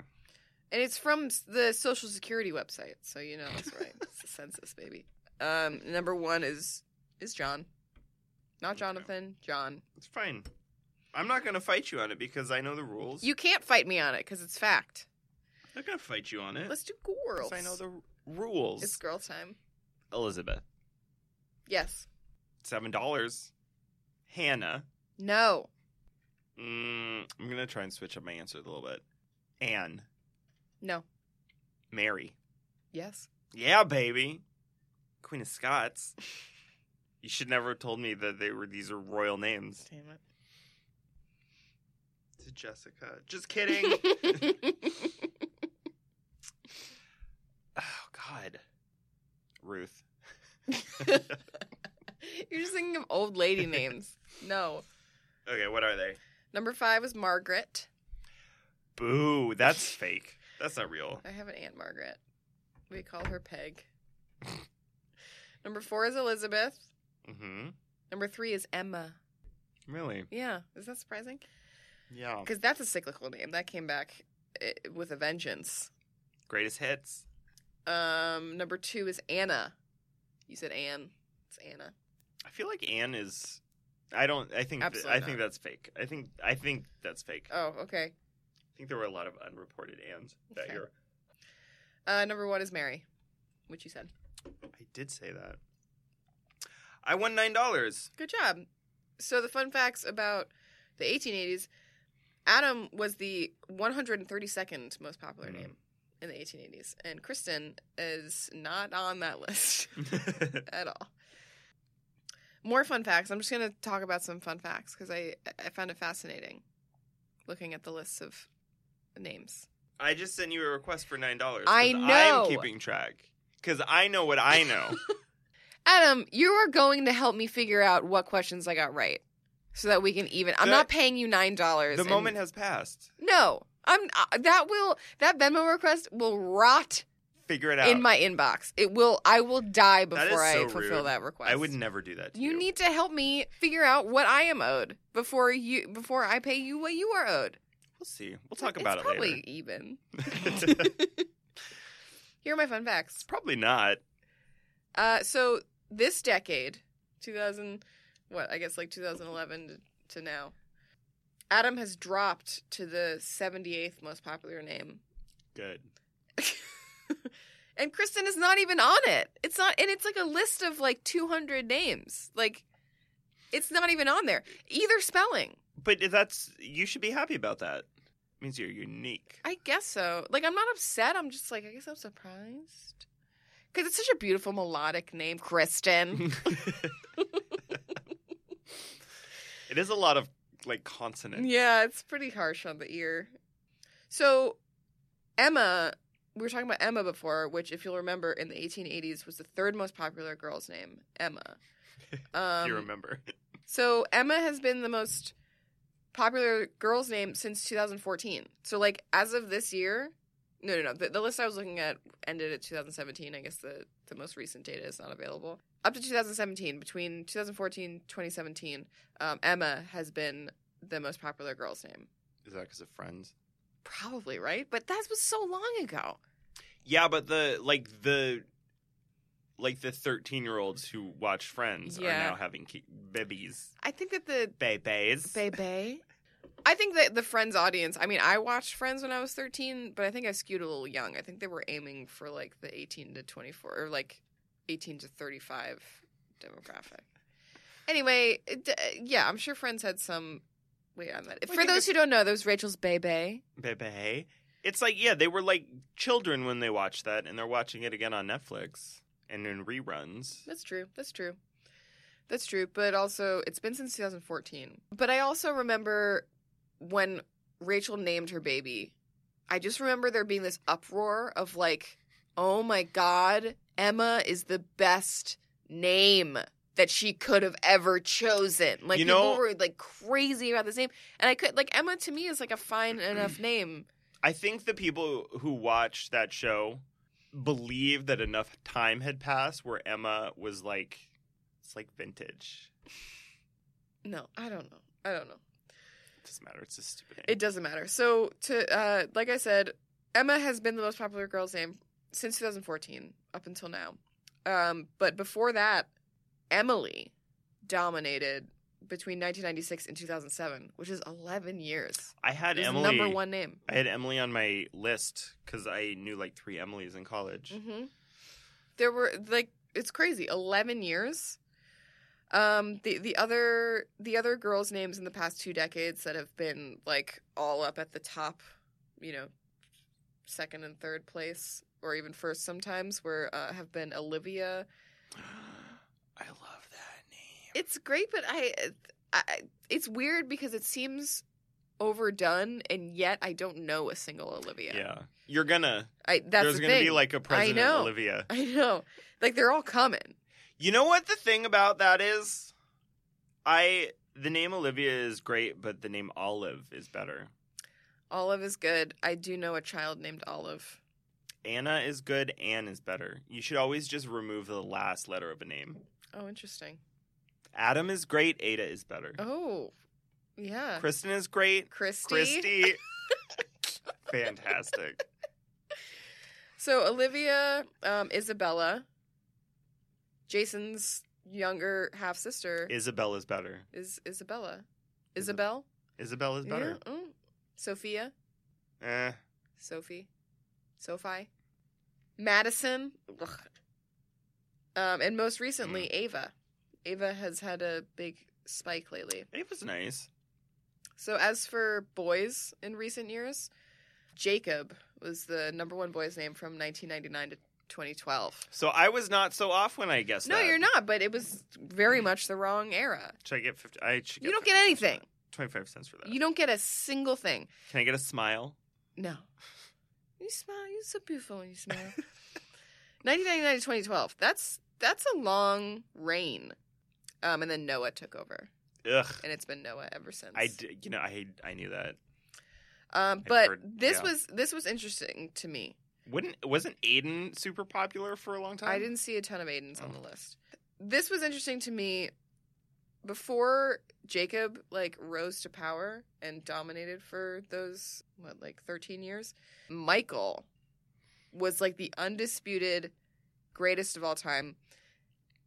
and it's from s- the Social Security website, so you know that's right. it's the census, baby. Um, number one is is John, not Okay. Jonathan. John. It's fine. I'm not gonna fight you on it because I know the rules. You can't fight me on it because it's fact. I'm not gonna fight you on it. Let's do 'cause girls. I know the r- rules. It's girl time. Elizabeth. Yes. Seven dollars. Hannah. No. Mm, I'm gonna try and switch up my answer a little bit. Anne. No. Mary. Yes. Yeah, baby. Queen of Scots. You should never have told me that they were these are royal names. Damn it. To Jessica. Just kidding. oh God. Ruth. You're just thinking of old lady names. No. Okay, what are they? Number five is Margaret. Boo, that's fake. That's not real. I have an Aunt Margaret. We call her Peg. Number four is Elizabeth. Mm-hmm. Number three is Emma. Really? Yeah. Is that surprising? Yeah. Because that's a cyclical name. That came back eh, with a vengeance. Greatest hits. Um, number two is Anna. You said Anne. It's Anna. I feel like Anne is. I don't. I think. Th- Absolutely I think not. that's fake. I think. I think that's fake. Oh, okay. I think there were a lot of unreported Anns that Okay. year. Uh, number one is Mary, which you said. I did say that. I won nine dollars. Good job. So the fun facts about the 1880s: Adam was the 132nd most popular Mhm. name in the 1880s, and Kristen is not on that list at all. More fun facts. I'm just going to talk about some fun facts because I I found it fascinating looking at the lists of names. I just sent you a request for nine dollars. I know. I'm keeping track because I know what I know. Adam, you are going to help me figure out what questions I got right so that we can even. I'm The- not paying you nine dollars. the moment has passed. No, I'm uh, that will that Venmo request will rot Figure it out. in my inbox. It will. I will die before That is so I fulfill rude. that request. I would never do that. To you, You need to help me figure out what I am owed before you before I pay you what you are owed. We'll see. We'll talk about it's it probably later. even. it's Here are my fun facts. probably not. Uh, so this decade, 2000, what I guess like 2011 to, to now, Adam has dropped to the 78th most popular name, Good. and Kristen is not even on it. It's not, and it's like a list of like 200 names. Like, it's not even on there either spelling. But that's you should be happy about that. means you're unique. I guess so. Like, I'm not upset. I'm just like, I guess I'm surprised. Because it's such a beautiful melodic name, Kristen. it is a lot of like consonants. Yeah, it's pretty harsh on the ear. So, Emma, we were talking about Emma before, which, if you'll remember, in the 1880s was the third most popular girl's name, Emma. Um, you remember? So, Emma has been the most popular girl's name since 2014. So, like, as of this year, no, no, no. The, the list I was looking at ended at 2017. I guess the, the most recent data is not available. Up to 2017, between 2014 2017, um, Emma has been the most popular girl's name. Is that because of Friends? Probably right, but that was so long ago. Yeah, but the like the like the thirteen year olds who watch Friends Yeah. are now having ki- babies, I think that the babies. baby. I think that the Friends audience. I mean, I watched Friends when I was thirteen, but I think I skewed a little young. I think they were aiming for like the eighteen to twenty four or like eighteen to thirty five demographic. Anyway, it, uh, yeah, I'm sure Friends had some weight on that. I For think those it's- who don't know, there's Rachel's baby. Baby. It's like yeah, they were like children when they watched that, and they're watching it again on Netflix and in reruns. That's true. That's true. That's true. But also, it's been since 2014. But I also remember when Rachel named her baby. I just remember there being this uproar of like, "Oh my god, Emma is the best name that she could have ever chosen." Like You people know- were like crazy about this name, and I could like Emma to me is like a fine enough name. I think the people who watched that show believed that enough time had passed where Emma was like, it's like vintage. No, I don't know. I don't know. doesn't matter. It's a stupid name. It doesn't matter. So to uh, like I said, Emma has been the most popular girl's name since 2014 up until now. Um, but before that, Emily dominated between 1996 and 2007, which is 11 years. I had It was the Emily. number one name. I had Emily on my list because I knew like three Emilys in college. hmm There were like it's crazy. Eleven years. Um, the the other the other girls' names in the past two decades that have been like all up at the top, you know, second and third place or even first sometimes were uh, have been Olivia. I love that name. It's great, but I, I it's weird because it seems overdone and yet I don't know a single Olivia. Yeah, you're gonna. I that's there's the gonna be thing. like a president know. Olivia. I know. Like they're all coming. You know what the thing about that is? I the name Olivia is great, but the name Olive is better. Olive is good. I do know a child named Olive. Anna is good. Anne is better. You should always just remove the last letter of a name. Oh, interesting. Adam is great. Ada is better. Oh, yeah. Kristen is great. Christy. Christy. Fantastic. So Olivia, um, Isabella, Jason's younger half sister is, Isabel is better. Isabella. Isab- Isabel? Isabel is better. Yeah, mm. Sophia. Eh. Sophie. Sophie. Madison. Ugh. Um, and most recently, Mm. Ava. Ava has had a big spike lately. It was nice. So as for boys in recent years, Jacob was the number one boy's name from 1999 to 2012. So I was not so off when I guessed No, that. you're not, but it was very much the wrong era. Should I get 50? I should get You don't get 50 cents for anything. that. 25 cents for that. You don't get a single thing. Can I get a smile? No. You smile. You're so beautiful when you smile. 1999 to 2012. That's that's a long reign. Um, and then Noah took over, Ugh. and it's been Noah ever since. I, d- you know, I, I knew that. um, but heard- this yeah. was this was interesting to me. Wouldn't, wasn't Aiden super popular for a long time? I didn't see a ton of Aiden's on Oh. the list. This was interesting to me. Before Jacob like rose to power and dominated for those what like 13 years, Michael was like the undisputed greatest of all time.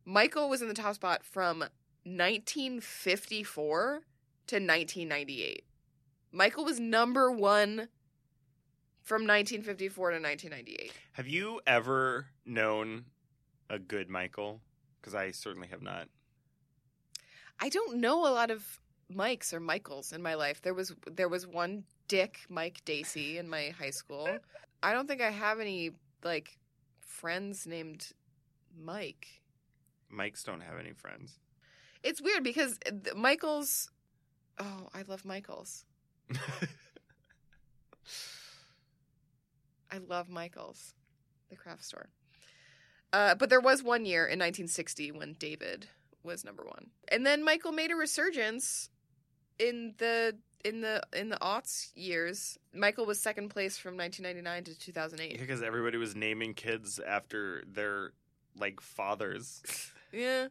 Michael was in the top spot from 1954 to 1998. Michael was number 1 from 1954 to 1998. Have you ever known a good Michael? Because I certainly have not. I don't know a lot of Mikes or Michaels in my life. There was there was one Dick Mike Dacey in my high school. I don't think I have any like friends named Mike. Mikes don't have any friends. It's weird because th- Michaels. Oh, I love Michaels. I love Michaels, the craft store. Uh, but there was one year in 1960 when David was number one, and then Michael made a resurgence in the in the in the aughts years. Michael was second place from 1999 to 2008. Because everybody was naming kids after their, like, fathers Yeah.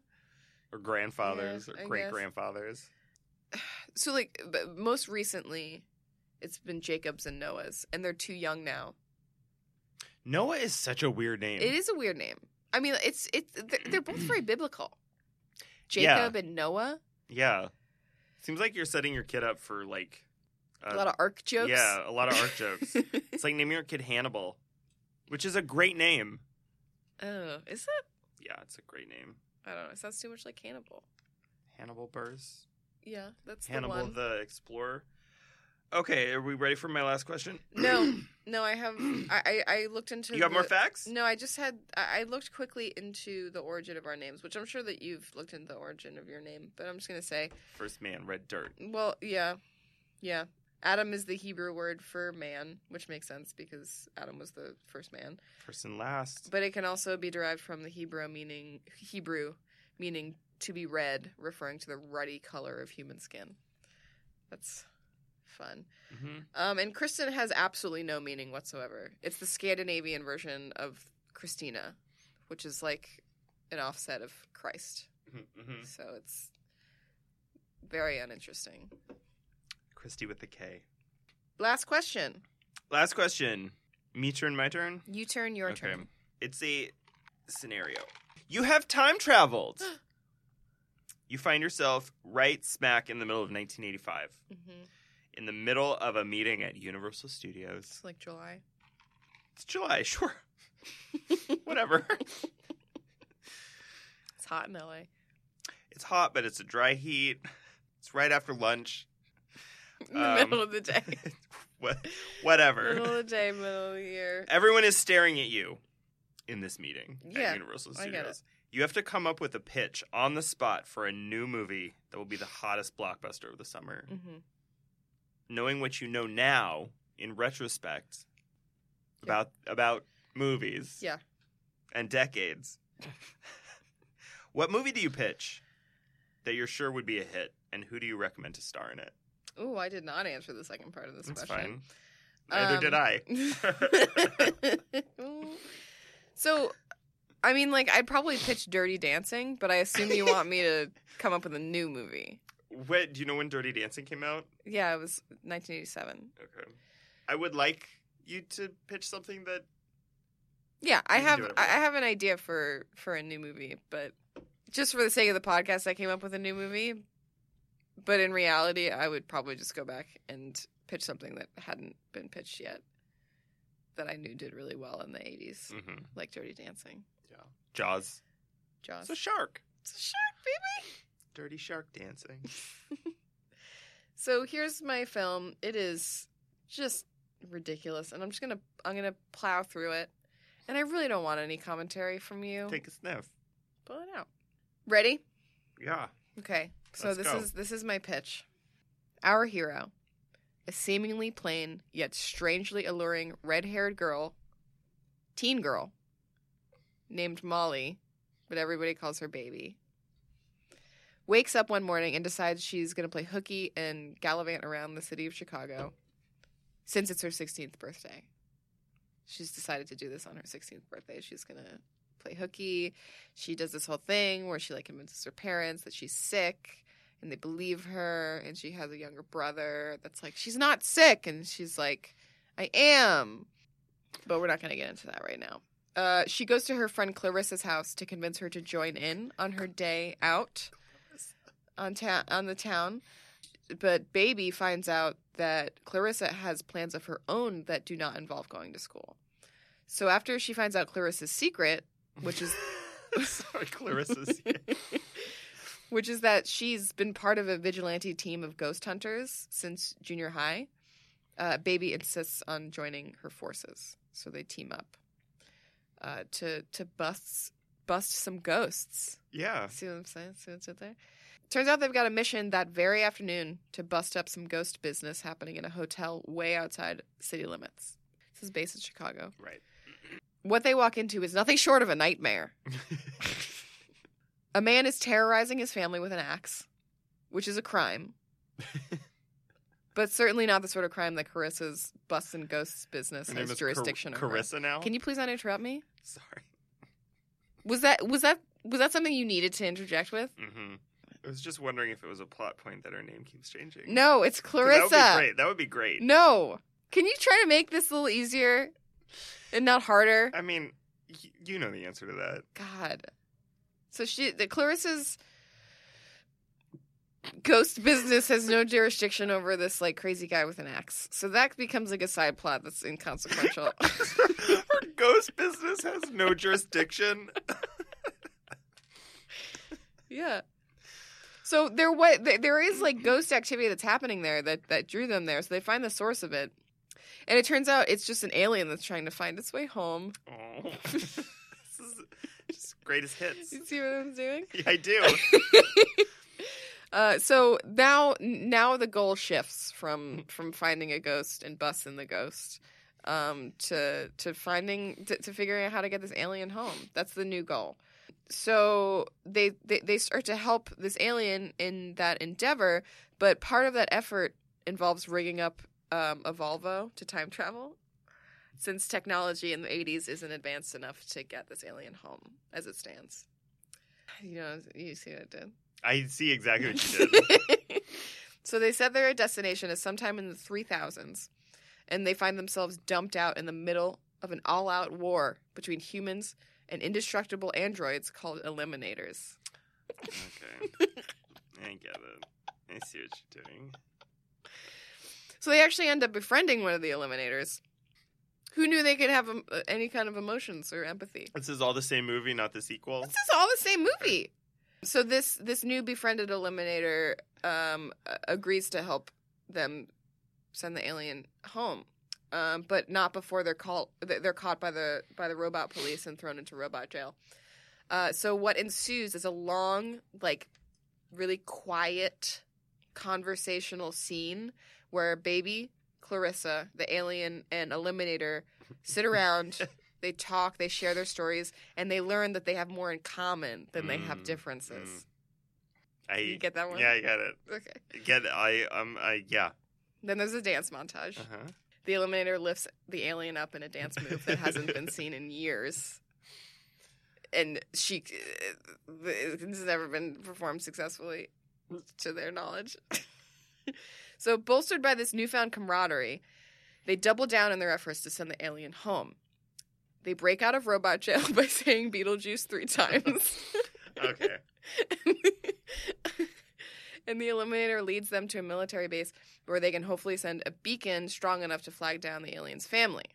or grandfathers Yeah, I or guess. great grandfathers. So like, but most recently, it's been Jacobs and Noah's, and they're too young now. Noah is such a weird name. It is a weird name. I mean, it's it's they're, they're both very biblical. Yeah. Jacob and Noah, Yeah. Seems like you're setting your kid up for like uh, a lot of arc jokes. Yeah, a lot of arc jokes. It's like naming your kid Hannibal, which is a great name. oh, is that? Yeah, it's a great name. I don't know. It sounds too much like Hannibal. Hannibal Burrs. Yeah, that's the Hannibal one. the Explorer. Okay, are we ready for my last question? No, no, I have. I I, I looked into. You got the- more facts? No, I just had. I I looked quickly into the origin of our names, which I'm sure that you've looked into the origin of your name. But I'm just gonna say, First man, red dirt. well, yeah, yeah. Adam is the Hebrew word for man, which makes sense because Adam was the first man. First and last. But it can also be derived from the Hebrew meaning Hebrew meaning to be red, referring to the ruddy color of human skin. That's fun. Mhm. Um, and Kristen has absolutely no meaning whatsoever. It's the Scandinavian version of Christina, which is like an offset of Christ. mm-hmm, Mhm, mhm. So it's very uninteresting. Christy with the K. Last question. Last question. Me turn, my turn? You turn your turn. It's a scenario. You have time traveled. you find yourself right smack in the middle of 1985, hmm in the middle of a meeting at Universal Studios. It's like July. It's July, sure. Whatever. It's hot in LA. It's hot, but it's a dry heat. It's right after lunch. In the Um, middle of the day. What, middle whatever. of the day, middle of the year. Everyone is staring at you in this meeting Yeah, at Universal I Studios. get it. You have to come up with a pitch on the spot for a new movie that will be the hottest blockbuster of the summer. Mm-hmm. Knowing what you know now in retrospect about about movies Yeah. and decades. what movie do you pitch that you're sure would be a hit and who do you recommend to star in it? Ooh, I did not answer the second part of this That's question. fine. Neither did Um, I. so, I mean, like, I'd probably pitch Dirty Dancing, but I assume you want me to come up with a new movie. What do you know when Dirty Dancing came out? Yeah, it was 1987. Okay. I would like you to pitch something that Yeah, I You can have do it I over I there. have an idea for for a new movie, but just for the sake of the podcast, I came up with a new movie. But in reality, I would probably just go back and pitch something that hadn't been pitched yet, that I knew did really well in the 80s, Hmm. like Dirty Dancing, Mm-hmm. Jaws. Jaws. It's a shark. It's a shark, baby. Dirty shark dancing. So here's my film. It is just ridiculous, and I'm just gonna I'm gonna plow through it. And I really don't want any commentary from you. Take a sniff. Pull it out. Ready? Yeah. Okay. So Let's this go. is this is my pitch. Our hero, a seemingly plain yet strangely alluring red-haired girl, teen girl, named Molly, but everybody calls her Baby. Wakes up one morning and decides she's going to play hooky and gallivant around the city of Chicago since it's her 16th birthday. She's decided to do this on her 16th birthday. She's going to play hooky, she does this whole thing where she like convinces her parents that she's sick and they believe her and she has a younger brother that's like she's not sick and she's like i am but we're not going to get into that right now uh, she goes to her friend clarissa's house to convince her to join in on her day out on, ta- on the town but baby finds out that clarissa has plans of her own that do not involve going to school so after she finds out clarissa's secret which is Sorry, Clarissa's which is that she's been part of a vigilante team of ghost hunters since junior high. Uh, Baby insists on joining her forces, so they team up uh, to to bust bust some ghosts. Yeah. See what I'm saying? See what's out there? Turns out they've got a mission that very afternoon to bust up some ghost business happening in a hotel way outside city limits. This is based in Chicago. Right. What they walk into is nothing short of a nightmare. A man is terrorizing his family with an axe, which is a crime. but certainly not the sort of crime that Carissa's busts and ghosts business Her name has is jurisdiction Car- over. Carissa now? Can you please not interrupt me? Sorry. Was that was that was that something you needed to interject with? Mm-hmm. I was just wondering if it was a plot point that her name keeps changing. No, it's 'Cause Clarissa. That would be great. That would be great. No. Can you try to make this a little easier and not harder? I mean, y- you know the answer to that. God. So she, the Clarissa's ghost business has no jurisdiction over this like crazy guy with an axe. So that becomes like a side plot that's inconsequential. her ghost business has no jurisdiction. yeah. So there what there is like ghost activity that's happening there that that drew them there. So they find the source of it. And it turns out it's just an alien that's trying to find its way home. Oh. this is just greatest hits. You see what I'm doing? Yeah, I do. Uh, so now, now the goal shifts from from finding a ghost and busting the ghost um, to to finding to, to figuring out how to get this alien home. That's the new goal. So they, they they start to help this alien in that endeavor, but part of that effort involves rigging up um, a Volvo to time travel, since technology in the '80s isn't advanced enough to get this alien home as it stands. You know, you see what it did. I see exactly what you did. So they said their destination is sometime in the 3000s, and they find themselves dumped out in the middle of an all out war between humans and indestructible androids called Eliminators. Okay. I get it. I see what you're doing. So they actually end up befriending one of the Eliminators. Who knew they could have um, uh, any kind of emotions or empathy? This is all the same movie, not the sequel. This is all the same movie. So this this new befriended Eliminator um, a- agrees to help them send the alien home, um, but not before they're caught. They're caught by the by the robot police and thrown into robot jail. Uh, so what ensues is a long, like, really quiet conversational scene where baby Clarissa, the alien and Eliminator, sit around. they talk. They share their stories, and they learn that they have more in common than they have Mm, differences. I You get that one? Yeah, I got it. Okay. Get it. I um I yeah. Then there's a dance montage. Uh-huh. The Eliminator lifts the alien up in a dance move that hasn't been seen in years. And she, uh, this has never been performed successfully to their knowledge. so, bolstered by this newfound camaraderie, they double down in their efforts to send the alien home. They break out of robot jail by saying Beetlejuice three times. Okay. and the Eliminator leads them to a military base where they can hopefully send a beacon strong enough to flag down the alien's family.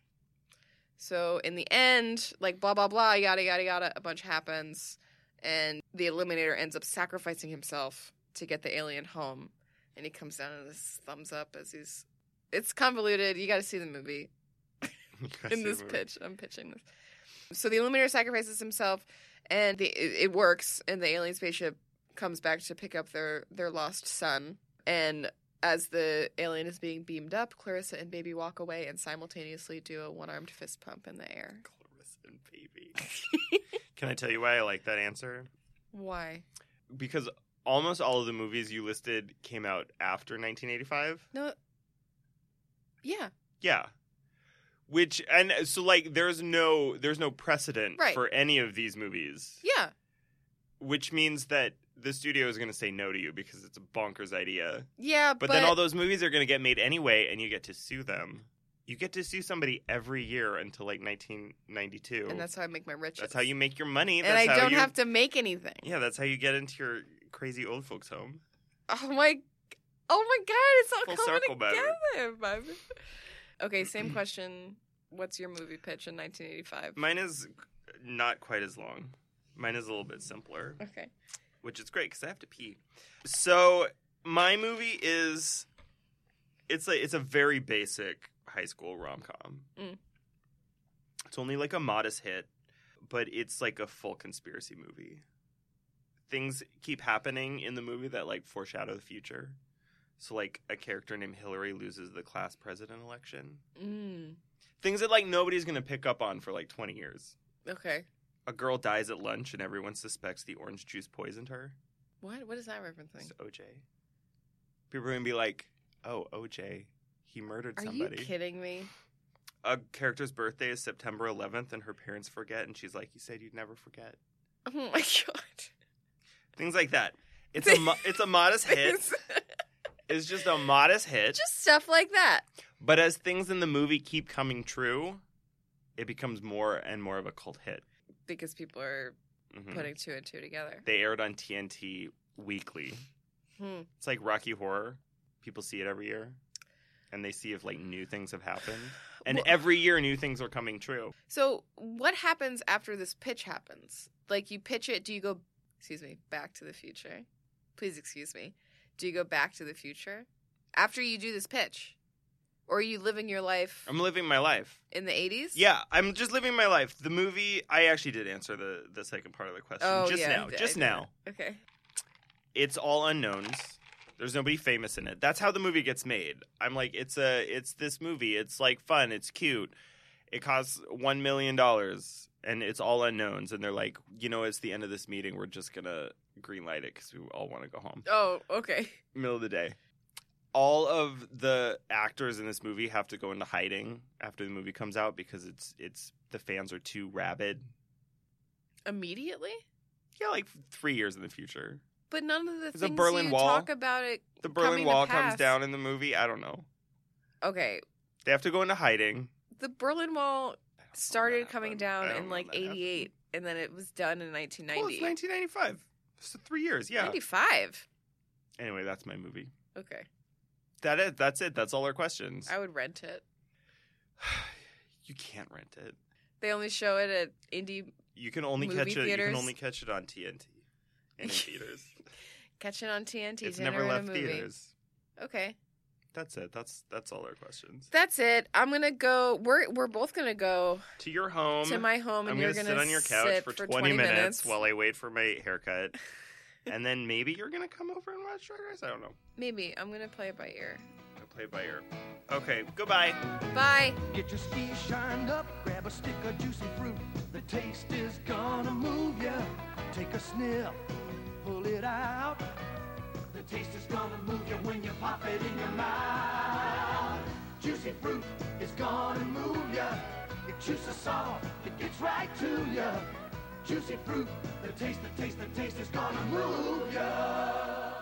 So in the end, like blah blah blah, yada yada yada, a bunch happens, and the Eliminator ends up sacrificing himself to get the alien home, and he comes down with his thumbs up as he's. It's convoluted. You got to see the movie I see in this what- pitch. I'm pitching this. So the Illuminator sacrifices himself, and the, it, it works. And the alien spaceship comes back to pick up their their lost son. And as the alien is being beamed up, Clarissa and Baby walk away and simultaneously do a one armed fist pump in the air. Clarissa and baby. Can I tell you why I like that answer? Why? Because almost all of the movies you listed came out after 1985. No. Yeah. Yeah. Which and uh, so like there's no there's no precedent Right. for any of these movies. Yeah. Which means that the studio is going to say no to you because it's a bonkers idea. Yeah. But, then all those movies are going to get made anyway and you get to sue them. You get to sue somebody every year until like 1992. And that's how I make my riches. That's how you make your money. And I That's how don't you- have to make anything. Yeah, that's how you get into your crazy old folks home. Oh my, oh my God! It's all Full coming circle, baby. together, baby. Okay, same question. What's your movie pitch in 1985? Mine is not quite as long. Mine is a little bit simpler, okay, which is great because I have to pee. So my movie is it's a it's a very basic high school rom com. Mm. It's only like a modest hit, but it's like a full conspiracy movie. Things keep happening in the movie that like foreshadow the future. So like a character named Hillary loses the class president election. mm, things that like nobody's gonna pick up on for like 20 years okay. a girl dies at lunch and everyone suspects the orange juice poisoned her What? What is that referencing? it's oj people are gonna be like oh oj he murdered Are somebody you kidding me? a character's birthday is september 11th and her parents forget and she's like you said you'd never forget Oh my God! things like that it's a mo- it's a modest hit it's just a modest hit Just stuff like that. but as things in the movie keep coming true it becomes more and more of a cult hit Because people are Mhm. putting two and two together. they aired on tnt weekly Hmm. It's like Rocky Horror. People see it every year, and they see if like new things have happened. And Well- every year, new things are coming true. So what happens after this pitch happens? Like you pitch it, do you go excuse me, back to the future? Please excuse me. Do you go back to the future after you do this pitch? Or are you living your life I'm living my life. in the 80s? Um, Yeah, I'm just living my life. The movie. I actually did answer the the second part of the question Oh, just yeah, now. I did- Just I did. now. Okay. It's all unknowns. There's nobody famous in it. That's how the movie gets made. I'm like, it's a, it's this movie. It's like fun. It's cute. It costs one million dollars, and it's all unknowns. And they're like, you know, it's the end of this meeting. We're just gonna greenlight it because we all want to go home. Oh, okay. middle of the day. All of the actors in this movie have to go into hiding after the movie comes out because it's it's the fans are too rabid. Immediately? Yeah, like three years in the future. but none of the It's a things Berlin you Wall. talk about it. The Coming Berlin to Wall pass. comes down in the movie. I don't know. Okay, They have to go into hiding. the Berlin Wall I don't know started that, coming but down I don't in know like that happened. '88, and then it was done in Well, it's 1990. 1995. So three years. Yeah. 95. Anyway, that's my movie. Okay, That it. That's it. That's all our questions. I would rent it. you can't rent it. They only show it at indie You can only Movie catch it. You theaters. can only catch it on TNT and in theaters. catching on TNT. it's dinner never and a left movie. theaters. Okay, That's it. That's that's all our questions. that's it. I'm gonna go. We're we're both gonna go To your home. to my home, and I'm you're gonna sit on your couch sit for 20, 20 minutes, while I wait for my haircut. and then maybe you're gonna come over and watch Drag Race. I don't know. Maybe I'm gonna play it by ear. I play by ear. Okay. Goodbye. Bye. Get your skis shined up, grab a stick of juicy fruit. The taste is gonna move ya. Take a sniff, pull it out. The taste is gonna move you when you pop it in your mouth. Juicy fruit is gonna move ya. Your juice is soft, it gets right to ya. Juicy fruit, the taste, the taste, the taste is gonna move ya.